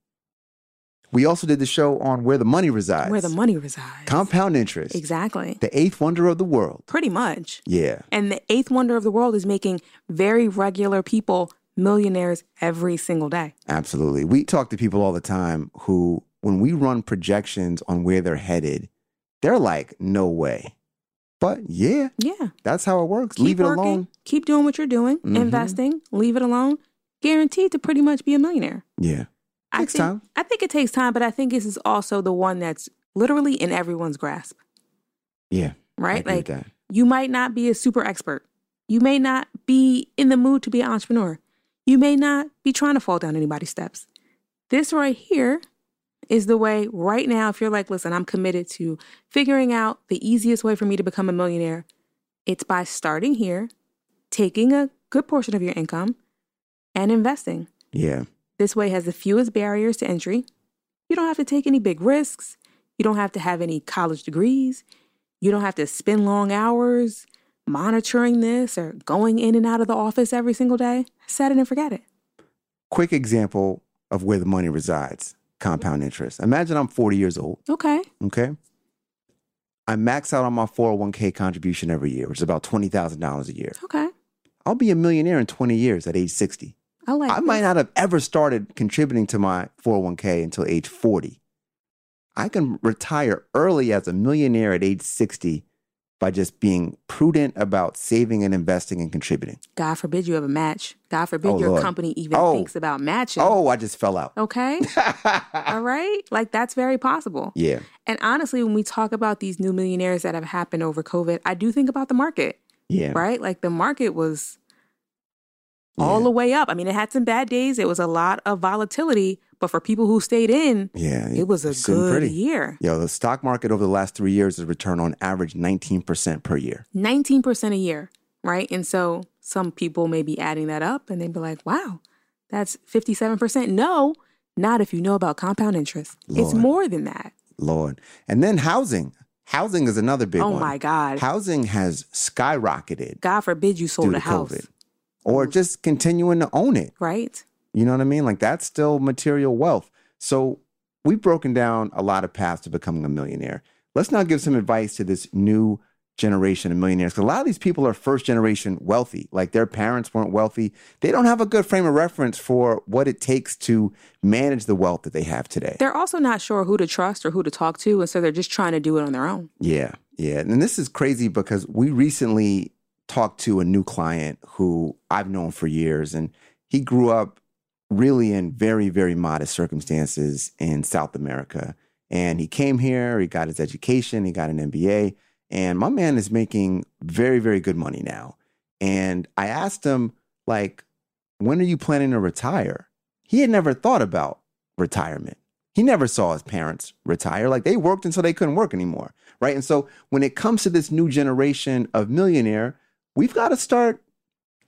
S3: We also did the show on where the money resides.
S2: Where the money resides.
S3: Compound interest.
S2: Exactly.
S3: The eighth wonder of the world.
S2: Pretty much.
S3: Yeah.
S2: And the eighth wonder of the world is making very regular people millionaires every single day.
S3: Absolutely. We talk to people all the time who, when we run projections on where they're headed, they're like, no way. But yeah,
S2: Yeah.
S3: that's how it works.
S2: Keep
S3: Leave it
S2: working,
S3: alone.
S2: Keep doing what you're doing,
S3: Mhm.
S2: investing, leave it alone. Guaranteed to pretty much be a millionaire.
S3: Yeah.
S2: I think,
S3: Takes time.
S2: I think it takes time, but I think this is also the one that's literally in everyone's grasp,
S3: Yeah. I
S2: right?
S3: agree with
S2: Like
S3: that.
S2: you might not be a super expert. You may not be in the mood to be an entrepreneur. You may not be trying to fall down anybody's steps. This right here is the way right now, if you're like, listen, I'm committed to figuring out the easiest way for me to become a millionaire, it's by starting here, taking a good portion of your income, and investing.
S3: Yeah.
S2: This way has the fewest barriers to entry. You don't have to take any big risks. You don't have to have any college degrees. You don't have to spend long hours monitoring this or going in and out of the office every single day. Set it and forget it.
S3: Quick example of where the money resides compound interest. Imagine I'm 40 years old.
S2: Okay.
S3: Okay. I max out on my 401k contribution every year, which is about $20,000 a year.
S2: Okay.
S3: I'll be a millionaire in 20 years at age 60.
S2: I like
S3: I might
S2: this.
S3: not have ever started contributing to my 401k until age 40. I can retire early as a millionaire at age 60 by just being prudent about saving and investing and contributing.
S2: God forbid you have a match. God forbid
S3: Oh,
S2: your
S3: Lord.
S2: company even
S3: Oh.
S2: thinks about matching.
S3: Oh, I just fell out.
S2: Okay. All right. Like that's very possible.
S3: yeah.
S2: And honestly, when we talk about these new millionaires that have happened over COVID, I do think about the market.
S3: Yeah.
S2: right? Like the market was all
S3: Yeah.
S2: the way up. I mean, it had some bad days. It was a lot of volatility, but for people who stayed in,
S3: Yeah.
S2: it was a
S3: it's sitting
S2: good
S3: pretty.
S2: year.
S3: Yo, the stock market over the last three years has returned on average 19% per year.
S2: 19% a year, right? And so some people may be adding that up and they'd be like, wow, that's 57%. No, not if you know about compound interest. It's
S3: Lord.
S2: more than that.
S3: Lord. And then housing. Housing is another big
S2: oh
S3: one.
S2: my God.
S3: Housing has skyrocketed.
S2: God forbid you sold
S3: due
S2: a
S3: to
S2: house,
S3: COVID. Or just continuing to own it.
S2: right?
S3: You know what I mean? Like that's still material wealth. So we've broken down a lot of paths to becoming a millionaire. Let's now give some advice to this new generation of millionaires. 'Cause a lot of these people are first generation wealthy. Like their parents weren't wealthy. They don't have a good frame of reference for what it takes to manage the wealth that they have today.
S2: They're also not sure who to trust or who to talk to. And so they're just trying to do it on their own.
S3: Yeah, yeah. And this is crazy because we recently talked to a new client who I've known for years, and he grew up really in very, very modest circumstances in South America. And he came here, he got his education, he got an MBA, and my man is making very, very good money now. And I asked him, like, when are you planning to retire? He had never thought about retirement. He never saw his parents retire. Like they worked until they couldn't work anymore. Right. And so when it comes to this new generation of millionaire, we've got to start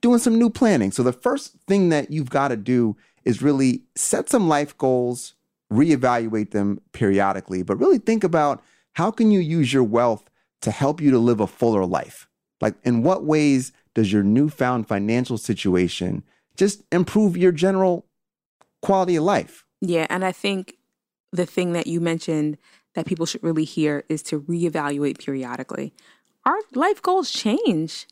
S3: doing some new planning. So the first thing that you've got to do is really set some life goals, reevaluate them periodically, but really think about how can you use your wealth to help you to live a fuller life? Like in what ways does your newfound financial situation just improve your general quality of life?
S2: Yeah, and I think the thing that you mentioned that people should really hear is to reevaluate periodically. Our life goals change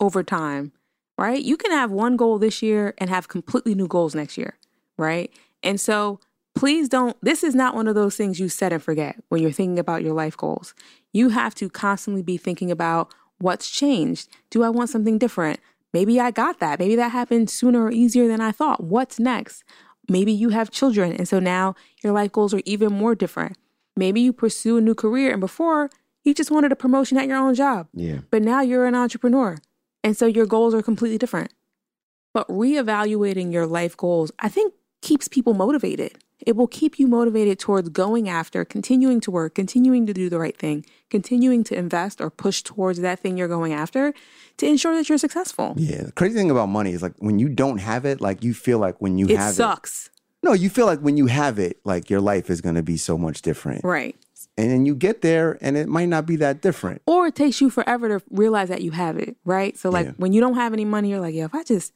S2: over time, right? You can have one goal this year and have completely new goals next year, right? And so please don't, this is not one of those things you set and forget when you're thinking about your life goals. You have to constantly be thinking about what's changed. Do I want something different? Maybe I got that. Maybe that happened sooner or easier than I thought. What's next? Maybe you have children, and so now your life goals are even more different. Maybe you pursue a new career, and before you just wanted a promotion at your own job,
S3: Yeah.
S2: but now you're an entrepreneur, and so your goals are completely different. But reevaluating your life goals, I think, keeps people motivated. It will keep you motivated towards going after, continuing to work, continuing to do the right thing, continuing to invest or push towards that thing you're going after to ensure that you're successful.
S3: Yeah. The crazy thing about money is like when you don't have it, like you feel like when you
S2: it
S3: have
S2: sucks.
S3: it. No, you feel like when you have it, like your life is going to be so much different.
S2: Right.
S3: And then you get there and it might not be that different.
S2: or it takes you forever to realize that you have it, right? So like
S3: Yeah.
S2: when you don't have any money, you're like, yeah, if I just,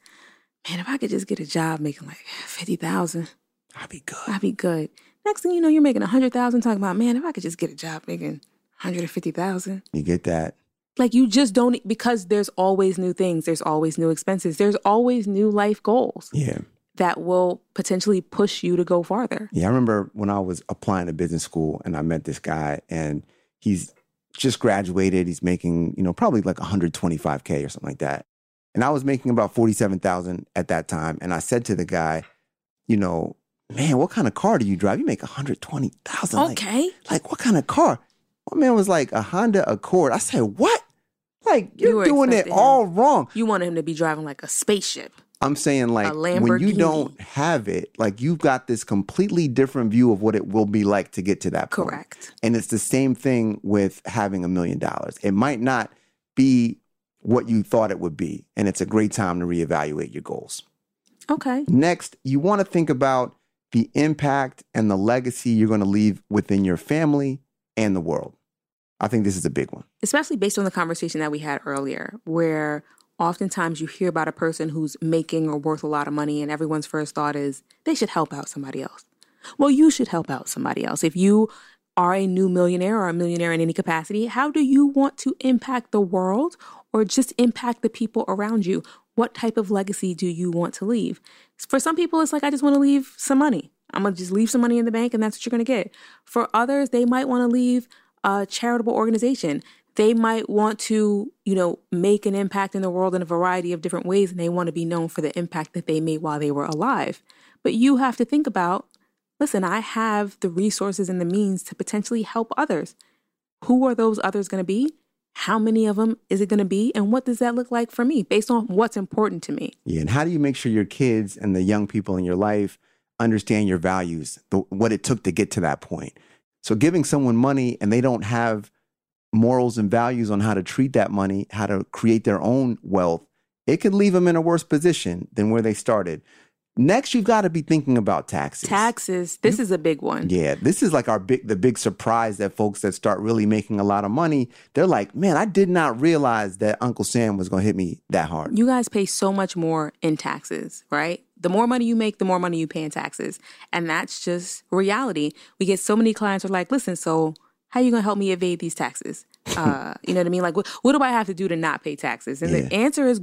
S2: man, if I could just get a job making like fifty thousand,
S3: I'll be good.
S2: I'd be good. Next thing you know, you're making a hundred thousand. Talking about, man, if I could just get a job making hundred and fifty thousand,
S3: You get that.
S2: like you just don't e, because there's always new things, there's always new expenses, there's always new life goals
S3: Yeah.
S2: that will potentially push you to go farther.
S3: Yeah, I remember when I was applying to business school and I met this guy and he's just graduated. He's making, you know, probably like 125K or something like that. And I was making about 47,000 at that time. And I said to the guy, you know, man, what kind of car do you drive? You make 120,000. Like,
S2: Okay,
S3: like, what kind of car? My man was like, a Honda Accord. I said, what? Like,
S2: You
S3: you're
S2: were
S3: doing it
S2: expecting him.
S3: all wrong.
S2: you want him to be driving like a spaceship,
S3: I'm saying like when you
S2: Lamborghini.
S3: don't have it, like you've got this completely different view of what it will be like to get to that point.
S2: correct?
S3: And it's the same thing with having a million dollars. It might not be what you thought it would be, and it's a great time to reevaluate your goals.
S2: Okay,
S3: Next, you want to think about the impact and the legacy you're going to leave within your family and the world. I think this is a big one.
S2: especially based on the conversation that we had earlier, where oftentimes you hear about a person who's making or worth a lot of money, and everyone's first thought is they should help out somebody else. Well, you should help out somebody else. If you are a new millionaire or a millionaire in any capacity, how do you want to impact the world or just impact the people around you? What type of legacy do you want to leave? For some people, it's like, I just want to leave some money. I'm going to just leave some money in the bank and that's what you're going to get. For others, they might want to leave a charitable organization. They might want to, you know, make an impact in the world in a variety of different ways and they want to be known for the impact that they made while they were alive. But you have to think about listen, I have the resources and the means to potentially help others. Who are those others going to be? How many of them is it going to be? And what does that look like for me based on what's important to me?
S3: Yeah, and how do you make sure your kids and the young people in your life understand your values, the, what it took to get to that point? So, giving someone money and they don't have morals and values on how to treat that money, how to create their own wealth, it could leave them in a worse position than where they started. Next, you've got to be thinking about taxes.
S2: Taxes. This is a big one.
S3: Yeah, this is like our big the big surprise that folks that start really making a lot of money, they're like, "Man, I did not realize that Uncle Sam was going to hit me that hard."
S2: You guys pay so much more in taxes, right? The more money you make, the more money you pay in taxes. And that's just reality. We get so many clients who are like, listen, so how you going to help me evade these taxes? Uh, you know what I mean? Like, what, what do I have to do to not pay taxes? And the
S3: Yeah.
S2: answer is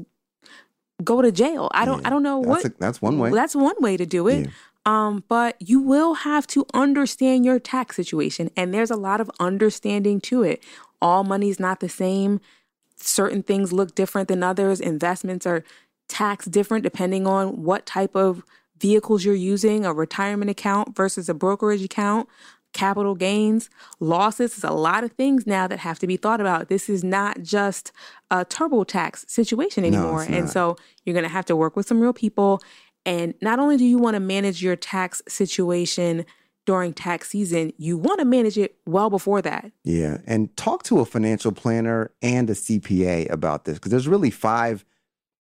S2: go to jail. I don't, I don't know what.
S3: That's, a, that's one way.
S2: That's one way to do it.
S3: Yeah.
S2: Um, but you will have to understand your tax situation, and there's a lot of understanding to it. All money's not the same. Certain things look different than others. Investments are taxed different depending on what type of vehicles you're using, a retirement account versus a brokerage account. capital gains, losses. It's a lot of things now that have to be thought about. This is not just a TurboTax situation
S3: it's
S2: anymore. and
S3: not.
S2: so you're going to have to work with some real people. And not only do you want to manage your tax situation during tax season, you want to manage it well before that.
S3: Yeah. And talk to a financial planner and a CPA about this because there's really five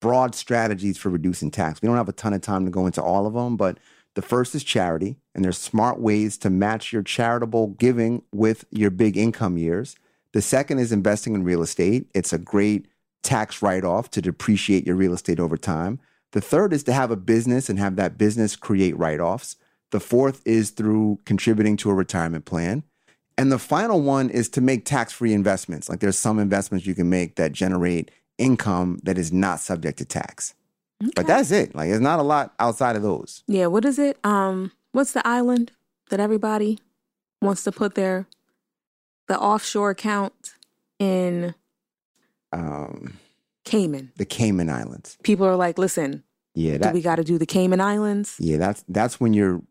S3: broad strategies for reducing tax. We don't have a ton of time to go into all of them, but the first is charity, and there's smart ways to match your charitable giving with your big income years. The second is investing in real estate. It's a great tax write off to depreciate your real estate over time. The third is to have a business and have that business create write offs. The fourth is through contributing to a retirement plan. And the final one is to make tax free investments. Like there's some investments you can make that generate income that is not subject to tax. But that's it. Like there's not a lot outside of those.
S2: Yeah, what is it? Um, what's the island that everybody wants to put their the offshore account in
S3: Um,
S2: Cayman?
S3: the Cayman Islands.
S2: People are like, listen,
S3: Yeah,
S2: do
S3: that,
S2: we got to do the Cayman Islands?
S3: yeah, that's that's when you're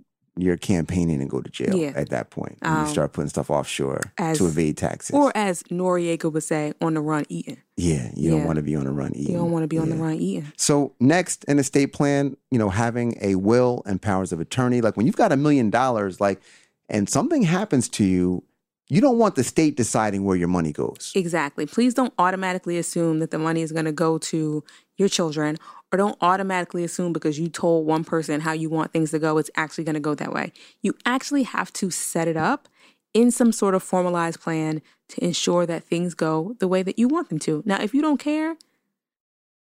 S3: you're campaigning and go to jail
S2: Yeah.
S3: at that point. When
S2: Um,
S3: you start putting stuff offshore
S2: as-
S3: to evade taxes.
S2: Or as Noriega would say, on the run eating.
S3: yeah, you don't
S2: Yeah.
S3: want to be on the run. Eating.
S2: You don't want to be on the
S3: Yeah.
S2: run eating.
S3: So next, an estate plan, you know, having a will and powers of attorney. Like when you've got a million dollars, like, and something happens to you, you don't want the state deciding where your money goes.
S2: Exactly. Please don't automatically assume that the money is going to go to your children, or don't automatically assume because you told one person how you want things to go, it's actually going to go that way. You actually have to set it up in some sort of formalized plan to ensure that things go the way that you want them to. Now, if you don't care,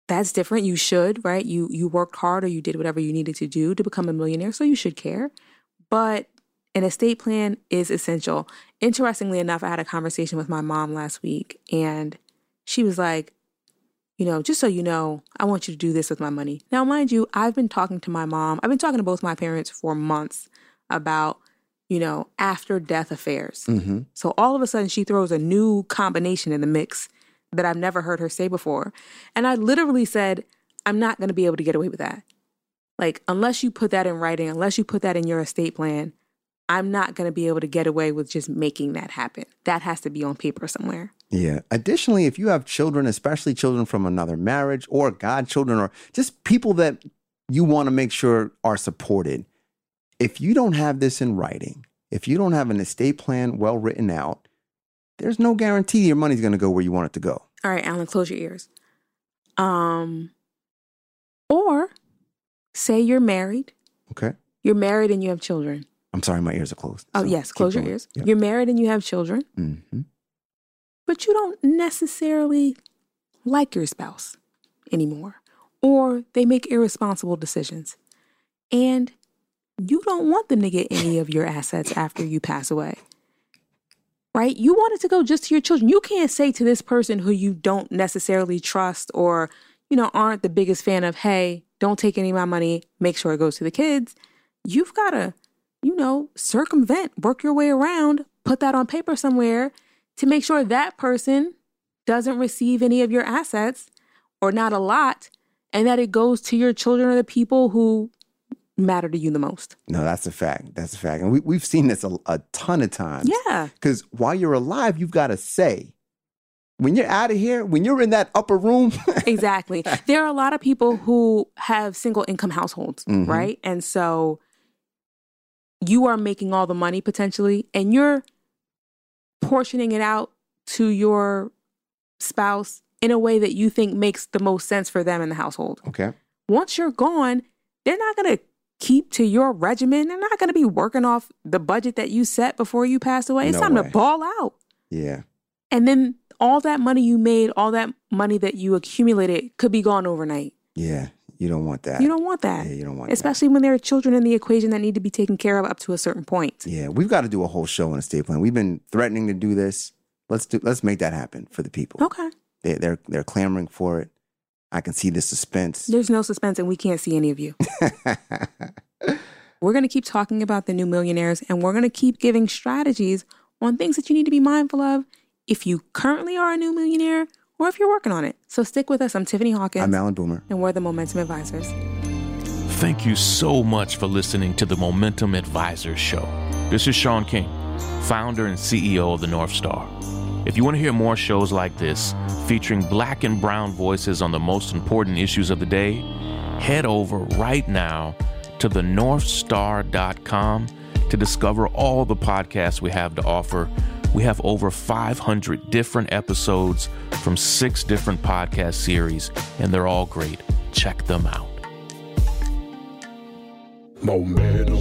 S2: that's different. You should, right? You you worked hard or you did whatever you needed to do to become a millionaire, so you should care. But an estate plan is essential. Interestingly enough, I had a conversation with my mom last week and she was like, you know, just so you know, I want you to do this with my money. Now, mind you, I've been talking to my mom, I've been talking to both my parents for months about, you know, after death affairs.
S3: Mm-hmm.
S2: So all of a sudden, she throws a new combination in the mix that I've never heard her say before. And I literally said, I'm not going to be able to get away with that. Like, unless you put that in writing, unless you put that in your estate plan, I'm not going to be able to get away with just making that happen. That has to be on paper somewhere.
S3: Yeah. Additionally, if you have children, especially children from another marriage or godchildren or just people that you want to make sure are supported, if you don't have this in writing, if you don't have an estate plan well written out, there's no guarantee your money's going to go where you want it to go.
S2: All right, Alan, close your ears. Um, or say you're married,
S3: Okay.
S2: you're married and you have children.
S3: I'm sorry, my ears are closed.
S2: Oh,
S3: So
S2: yes,
S3: keep
S2: close your
S3: going.
S2: ears.
S3: Yeah.
S2: You're married and you have children.
S3: Mhm.
S2: but you don't necessarily like your spouse anymore, or they make irresponsible decisions. And you don't want them to get any of your assets after you pass away, right? You want it to go just to your children. You can't say to this person who you don't necessarily trust or, you know, aren't the biggest fan of, hey, don't take any of my money, make sure it goes to the kids. You've got to, you know, circumvent, work your way around, put that on paper somewhere to make sure that person doesn't receive any of your assets or not a lot and that it goes to your children or the people who matter to you the most.
S3: No, that's a fact. That's a fact. And we, we've seen this a, a ton of times.
S2: Yeah.
S3: Because while you're alive, you've got to say, when you're out of here, when you're in that upper room,
S2: Exactly. there are a lot of people who have single income households,
S3: Mhm.
S2: right? And so you are making all the money potentially and you're portioning it out to your spouse in a way that you think makes the most sense for them in the household.
S3: okay.
S2: once you're gone, they're not going to keep to your regimen. They're not going to be working off the budget that you set before you pass away. It's
S3: No
S2: time
S3: way.
S2: to ball out.
S3: Yeah.
S2: And then all that money you made, all that money that you accumulated could be gone overnight.
S3: Yeah. You don't want that.
S2: You don't want that.
S3: Yeah, you don't want
S2: Especially when there are children in the equation that need to be taken care of up to a certain point.
S3: that. Yeah. We've got to do a whole show on estate plan. We've been threatening to do this. Let's do let's make that happen for the people.
S2: Okay.
S3: They they're they're clamoring for it. I can see the suspense.
S2: There's no suspense and we can't see any of you. We're going to keep talking about the new millionaires and we're going to keep giving strategies on things that you need to be mindful of if you currently are a new millionaire or if you're working on it. So stick with us. I'm Tiffany Hawkins
S3: I'm Alan Boomer.
S2: and we're the Momentum Advisors.
S1: Thank you so much for listening to the Momentum Advisors Show. This is Sean King. founder and CEO of the North Star. If you want to hear more shows like this, featuring black and brown voices on the most important issues of the day, head over right now to thenorthstar.com to discover all the podcasts we have to offer. We have over 500 different episodes from six different podcast series, and they're all great. Check them out.
S5: Momentum.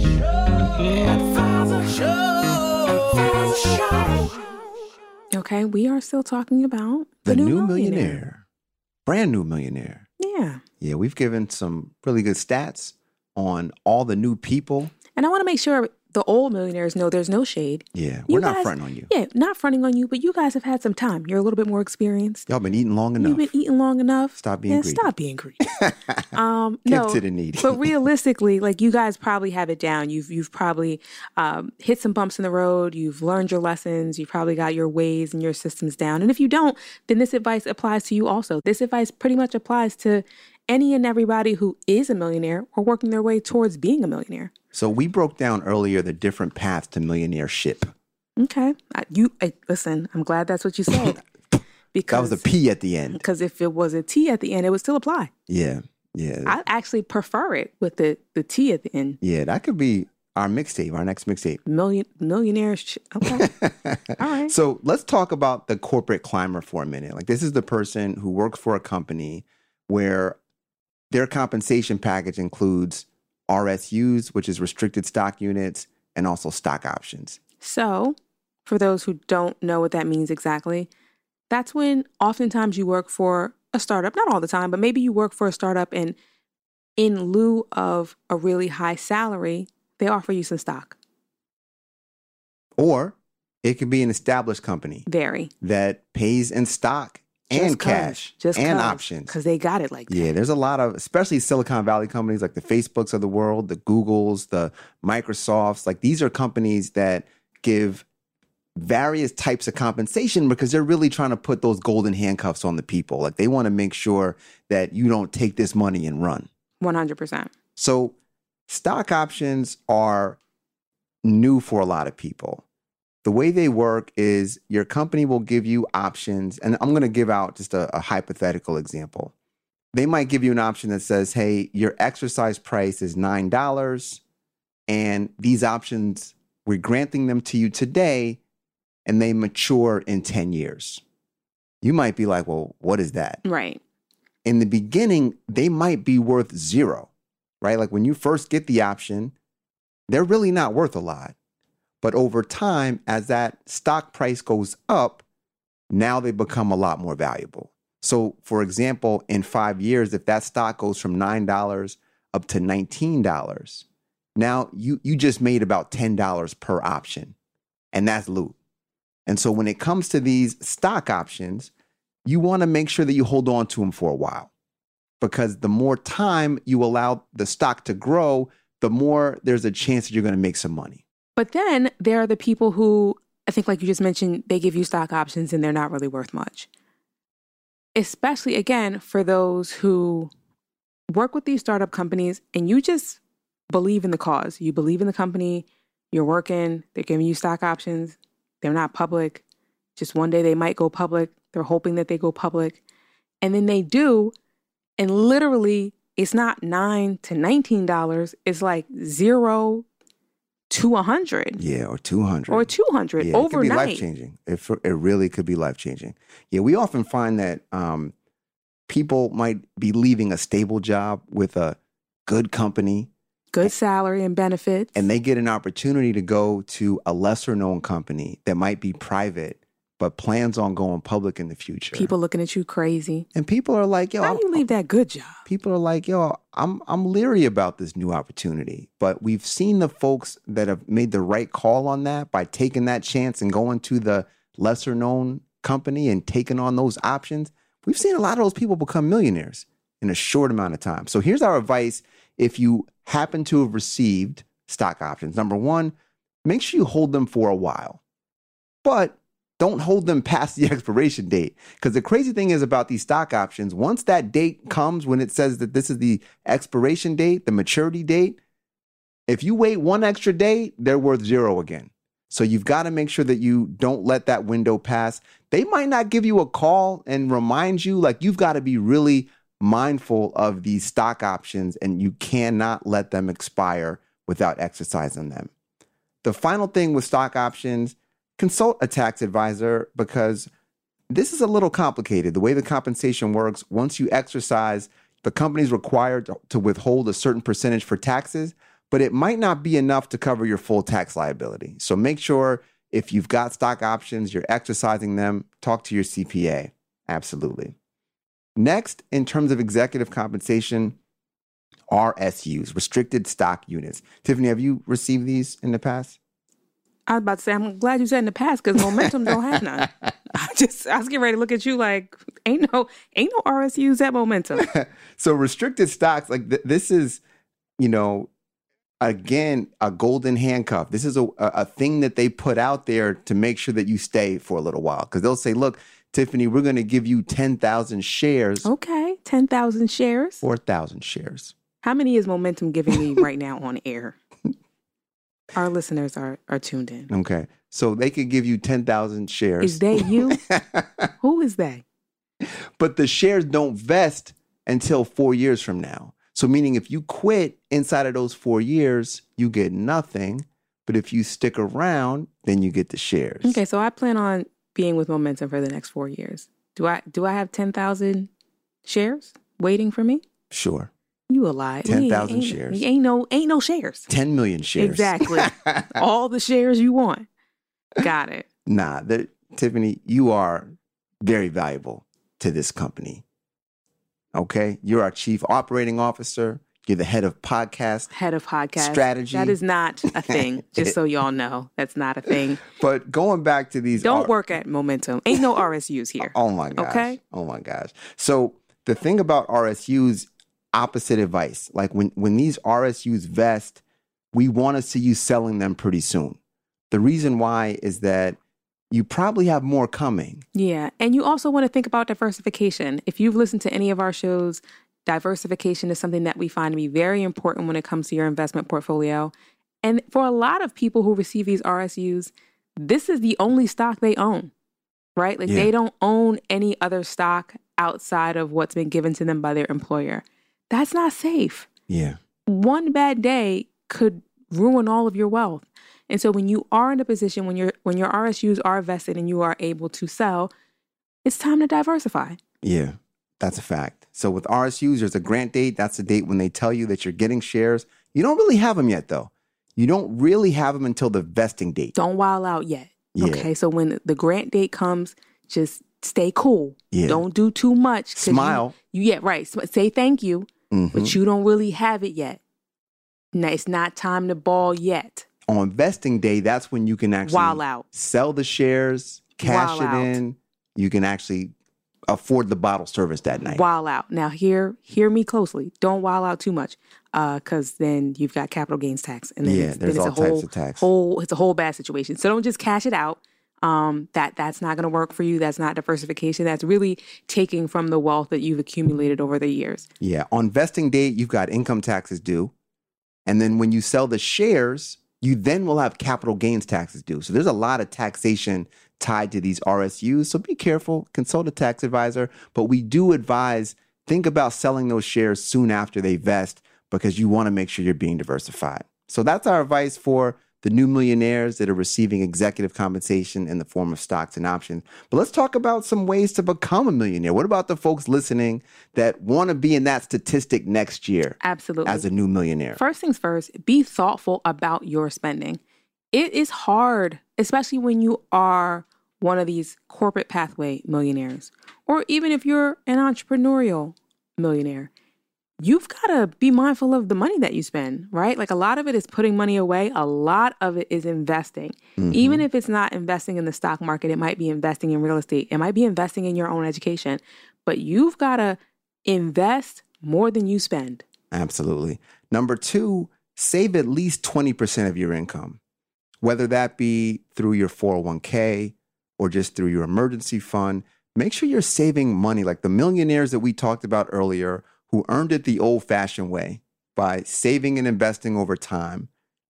S2: Okay, we are still talking about
S3: The, new, millionaire. Brand new millionaire.
S2: Yeah.
S3: Yeah, we've given some really good stats on all the new people.
S2: And I want to make sure the old millionaires know there's no shade.
S3: Yeah,
S2: You
S3: we're not
S2: guys-
S3: fronting on you.
S2: Yeah, not fronting on you, but you guys have had some time. You're a little bit more experienced.
S3: Y'all been eating long enough.
S2: You've been eating long enough.
S3: Stop being
S2: Yeah,
S3: greedy.
S2: Stop being greedy. um,
S3: Give
S2: no,
S3: to the needy.
S2: but realistically, like you guys probably have it down. You've you've probably um, hit some bumps in the road. You've learned your lessons. You've probably got your ways and your systems down. And if you don't, then this advice applies to you also. This advice pretty much applies to any and everybody who is a millionaire or working their way towards being a millionaire.
S3: so we broke down earlier the different paths to millionaireship.
S2: Okay, I, you I, listen. I'm glad that's what you said.
S3: That
S2: Because
S3: was a P at the end.
S2: because if it was a T at the end, it would still apply.
S3: Yeah, yeah,
S2: I actually prefer it with the the T at the end.
S3: yeah. That could be our mixtape, our next mixtape.
S2: Million millionaires. Sh- okay, all right.
S3: So let's talk about the corporate climber for a minute. Like this is the person who works for a company where their compensation package includes RSUs, which is restricted stock units, and also stock options.
S2: So, for those who don't know what that means exactly, that's when oftentimes you work for a startup, not all the time, but maybe you work for a startup and in lieu of a really high salary, they offer you some stock.
S3: Or it could be an established company
S2: Very.
S3: that pays in stock and cash and options.
S2: Because they got it like that.
S3: Yeah, there's a lot of, especially Silicon Valley companies like the Facebooks of the world, the Googles, the Microsofts. Like these are companies that give various types of compensation because they're really trying to put those golden handcuffs on the people. Like they want to make sure that you don't take this money and run.
S2: 100%.
S3: So, stock options are new for a lot of people. The way they work is your company will give you options, and I'm going to give out just a, a hypothetical example. They might give you an option that says, hey, your exercise price is $9, and these options, we're granting them to you today, and they mature in 10 years. You might be like, well, what is that?
S2: Right.
S3: in the beginning, they might be worth zero, right? Like when you first get the option, they're really not worth a lot. But over time, as that stock price goes up, now they become a lot more valuable. So, for example, in five years, if that stock goes from $9 up to $19, now you, you just made about $10 per option, and that's loot. And so, when it comes to these stock options, you want to make sure that you hold on to them for a while because the more time you allow the stock to grow, the more there's a chance that you're going to make some money.
S2: But then there are the people who, I think, like you just mentioned, they give you stock options and they're not really worth much. Especially, again, for those who work with these startup companies and you just believe in the cause. You believe in the company, you're working, they're giving you stock options, they're not public. Just one day they might go public. They're hoping that they go public. And then they do. And literally, it's not nine to $19, it's like zero to a 100
S3: Yeah, or 200.
S2: or 200 overnight.
S3: It could be life changing. It, fr- it really could be life changing. Yeah, we often find that um, people might be leaving a stable job with a good company
S2: Good salary and benefits.
S3: and they get an opportunity to go to a lesser known company that might be private but plans on going public in the future.
S2: people looking at you crazy.
S3: and people are like, yo,
S2: How
S3: I'm-
S2: do you leave that good job?
S3: people are like, yo, I'm I'm leery about this new opportunity. But we've seen the folks that have made the right call on that by taking that chance and going to the lesser known company and taking on those options. We've seen a lot of those people become millionaires in a short amount of time. So here's our advice if you happen to have received stock options. Number one, make sure you hold them for a while. But don't hold them past the expiration date. Because the crazy thing is about these stock options, once that date comes, when it says that this is the expiration date, the maturity date, if you wait one extra day, they're worth zero again. So you've got to make sure that you don't let that window pass. They might not give you a call and remind you, like, you've got to be really mindful of these stock options and you cannot let them expire without exercising them. The final thing with stock options, consult a tax advisor because this is a little complicated. The way the compensation works, once you exercise, the company's required to- to withhold a certain percentage for taxes, but it might not be enough to cover your full tax liability. So make sure if you've got stock options, you're exercising them, talk to your CPA. Absolutely. Next, in terms of executive compensation, RSUs, restricted stock units. Tiffany, have you received these in the past?
S2: I was about to say, I'm glad you said in the past because momentum don't have none. I just I was getting ready to look at you like ain't no ain't no RSUs at momentum.
S3: so restricted stocks like th- this is you know again a golden handcuff this is a, a a thing that they put out there to make sure that you stay for a little while because they'll say look tiffany we're going to give you 10000 shares
S2: Okay, ten thousand shares.
S3: 4000 shares
S2: How many is momentum giving me right now on air? Our listeners are are tuned in.
S3: okay so they could give you 10000
S2: Is
S3: shares
S2: that you? Who is that?
S3: but the shares don't vest until four years from now. So, meaning if you quit inside of those four years, you get nothing. But if you stick around, then you get the shares.
S2: Okay, so I plan on being with momentum for the next four years. Do I do I have ten thousand shares waiting for me?
S3: Sure.
S2: You a lie. We ain't-
S3: 10,000
S2: ain't-
S3: shares.
S2: Ain't no ain't no shares.
S3: 10 million shares.
S2: Exactly. All the shares you want. Got it.
S3: nah, the, Tiffany, you are very valuable to this company. Okay. You're our chief operating officer, you're the head of podcast.
S2: Head of podcast
S3: Strategy.
S2: That is not a thing. Just so y'all know, that's not a thing.
S3: But going back to these.
S2: Don't
S3: R-
S2: work at Momentum. Ain't no RSUs here.
S3: Oh my gosh.
S2: Okay?
S3: Oh my gosh. So the thing about RSUs, opposite advice. Like when when these RSUs vest, we want to see you selling them pretty soon. The reason why is that you probably have more coming.
S2: Yeah, and you also want to think about diversification. If you've listened to any of our shows, diversification is something that we find to be very important when it comes to your investment portfolio. And for a lot of people who receive these RSUs, this is the only stock they own, right? Like
S3: Yeah.
S2: they don't own any other stock outside of what's been given to them by their employer. That's not safe
S3: Yeah.
S2: one bad day could ruin all of your wealth. And so when you are in a position when your when your RSUs are vested and you are able to sell, it's time to diversify.
S3: Yeah, that's a fact. So with RSUs, there's a grant date. That's the date when they tell you that you're getting shares. You don't really have them yet, though. You don't really have them until the vesting date.
S2: Don't wild out yet.
S3: Yeah.
S2: Okay. So when the grant date comes, just stay cool.
S3: Yeah.
S2: Don't do too much. 'cause you-
S3: Smile.
S2: You, yeah, right. Sm- Say thank you,
S3: Mhm.
S2: but you don't really have it yet. No, it's not time to ball yet.
S3: on vesting day, that's when you can actually
S2: Wild out.
S3: sell the shares, cash
S2: Wild
S3: it
S2: out.
S3: in. You can actually afford the bottle service that night.
S2: Wild out. Now hear hear me closely. Don't wild out too much, because then you've got capital gains tax, and then
S3: Yeah,
S2: it's, then
S3: there's
S2: it's
S3: all
S2: a
S3: types
S2: whole
S3: of tax.
S2: whole it's a whole bad situation. So don't just cash it out. Um, that that's not going to work for you. That's not diversification. That's really taking from the wealth that you've accumulated over the years.
S3: Yeah, on vesting day, you've got income taxes due, and then when you sell the shares, you then will have capital gains taxes due. So there's a lot of taxation tied to these RSUs. So be careful, consult a tax advisor, but we do advise think about selling those shares soon after they vest because you want to make sure you're being diversified. So that's our advice for the new millionaires that are receiving executive compensation in the form of stocks and options. But let's talk about some ways to become a millionaire. What about the folks listening that want to be in that statistic next year
S2: Absolutely.
S3: as a new millionaire?
S2: First things first, be thoughtful about your spending. It is hard, especially when you are one of these corporate pathway millionaires, or even if you're an entrepreneurial millionaire. You've got to be mindful of the money that you spend, right? Like a lot of it is putting money away, a lot of it is investing. Even if it's not investing in the stock market, it might be investing in real estate, it might be investing in your own education, but you've got to invest more than you spend.
S3: Absolutely. Number two, save at least 20% of your income, whether that be through your 401k or just through your emergency fund. Make sure you're saving money like the millionaires that we talked about earlier who earned it the old fashioned way by saving and investing over time.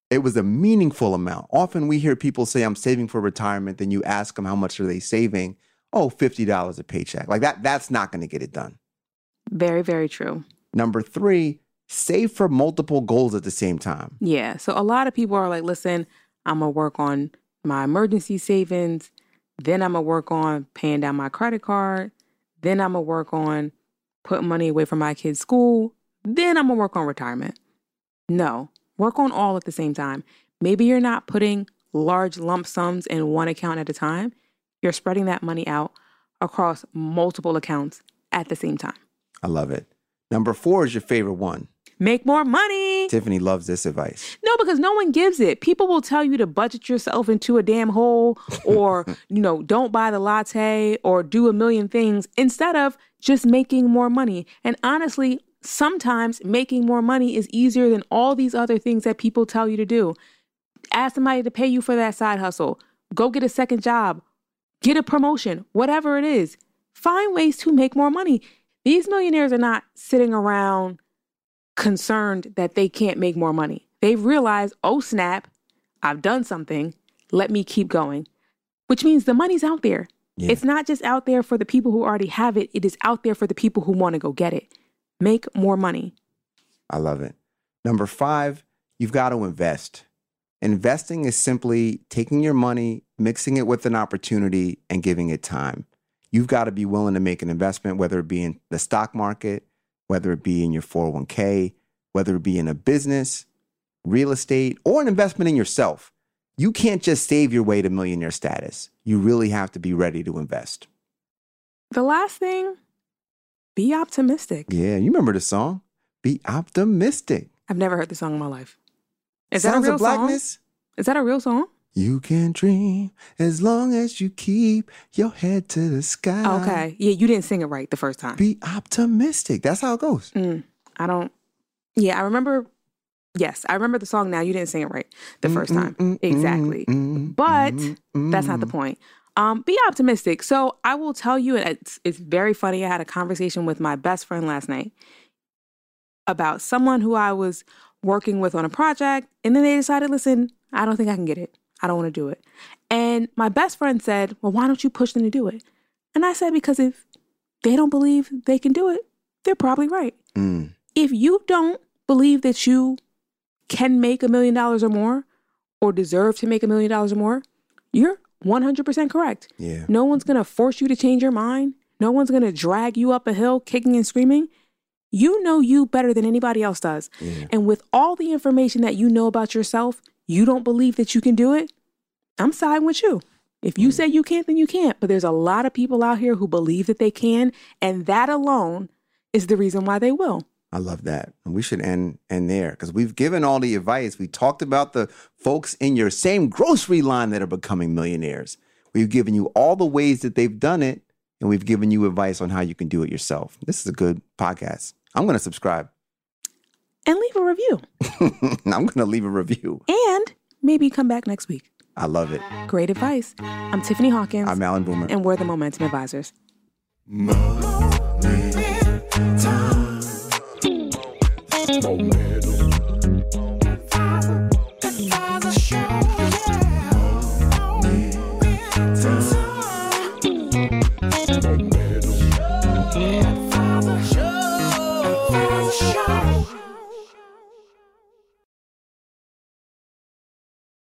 S3: it was a meaningful amount. Often we hear people say, I'm saving for retirement. Then you ask them, how much are they saving? Oh, $50 a paycheck. Like that, that's not going to get it done.
S2: Very, very true.
S3: Number three, save for multiple goals at the same time.
S2: Yeah. So a lot of people are like, listen, I'm going to work on my emergency savings. Then I'm going to work on paying down my credit card. Then I'm going to work on putting money away for my kids' school. Then I'm going to work on retirement. No, work on all at the same time. Maybe you're not putting large lump sums in one account at a time. You're spreading that money out across multiple accounts at the same time.
S3: I love it. Number four is your favorite one.
S2: Make more money.
S3: Tiffany loves this advice.
S2: No, because no one gives it. People will tell you to budget yourself into a damn hole or, you know, don't buy the latte or do a million things instead of just making more money. And honestly, sometimes making more money is easier than all these other things that people tell you to do. Ask somebody to pay you for that side hustle. Go get a second job. Get a promotion, whatever it is. Find ways to make more money. These millionaires are not sitting around concerned that they can't make more money. They realize, oh snap, I've done something. Let me keep going, which means the money's out there.
S3: Yeah.
S2: It's not just out there for the people who already have it, it is out there for the people who want to go get it. Make more money.
S3: I love it. Number five, you've got to invest. Investing is simply taking your money, mixing it with an opportunity, and giving it time. You've got to be willing to make an investment, whether it be in the stock market, whether it be in your 401k, whether it be in a business, real estate, or an investment in yourself. You can't just save your way to millionaire status. You really have to be ready to invest.
S2: The last thing, be optimistic.
S3: Yeah, you remember the song? Be optimistic.
S2: I've never heard the song in my life. Is that a
S3: Sounds
S2: real
S3: of blackness.
S2: song? Is that a real song?
S3: You can dream as long as you keep your head to the sky.
S2: okay. Yeah, you didn't sing it right the first time.
S3: Be optimistic. That's how it goes.
S2: Mm, I don't. Yeah, I remember. Yes, I remember the song now. You didn't sing it right the first time. exactly. But that's not the point. Um, be optimistic. So I will tell you, and it's, it's very funny. I had a conversation with my best friend last night about someone who I was working with on a project, and then they decided, listen, I don't think I can get it. I don't want to do it. And my best friend said, well, why don't you push them to do it? And I said, because if they don't believe they can do it, they're probably right
S3: Mm.
S2: if you don't believe that you can make a million dollars or more or deserve to make a million dollars or more, you're 100% correct.
S3: Yeah.
S2: No one's going to force you to change your mind. No one's going to drag you up a hill kicking and screaming. You know you better than anybody else does.
S3: Yeah.
S2: And with all the information that you know about yourself, you don't believe that you can do it. I'm siding with you. If
S3: Mm.
S2: you say you can't, then you can't. But there's a lot of people out here who believe that they can. And that alone is the reason why they will.
S3: I love that. And we should end end there because we've given all the advice. We talked about the folks in your same grocery line that are becoming millionaires. We've given you all the ways that they've done it, and we've given you advice on how you can do it yourself. This is a good podcast. I'm going to subscribe.
S2: and leave a review
S3: I'm going to leave a review.
S2: and maybe come back next week.
S3: I love it.
S2: Great advice. I'm Tiffany Hawkins,
S3: I'm Alan Boomer.
S2: and we're the Momentum Advisors.
S5: Moment.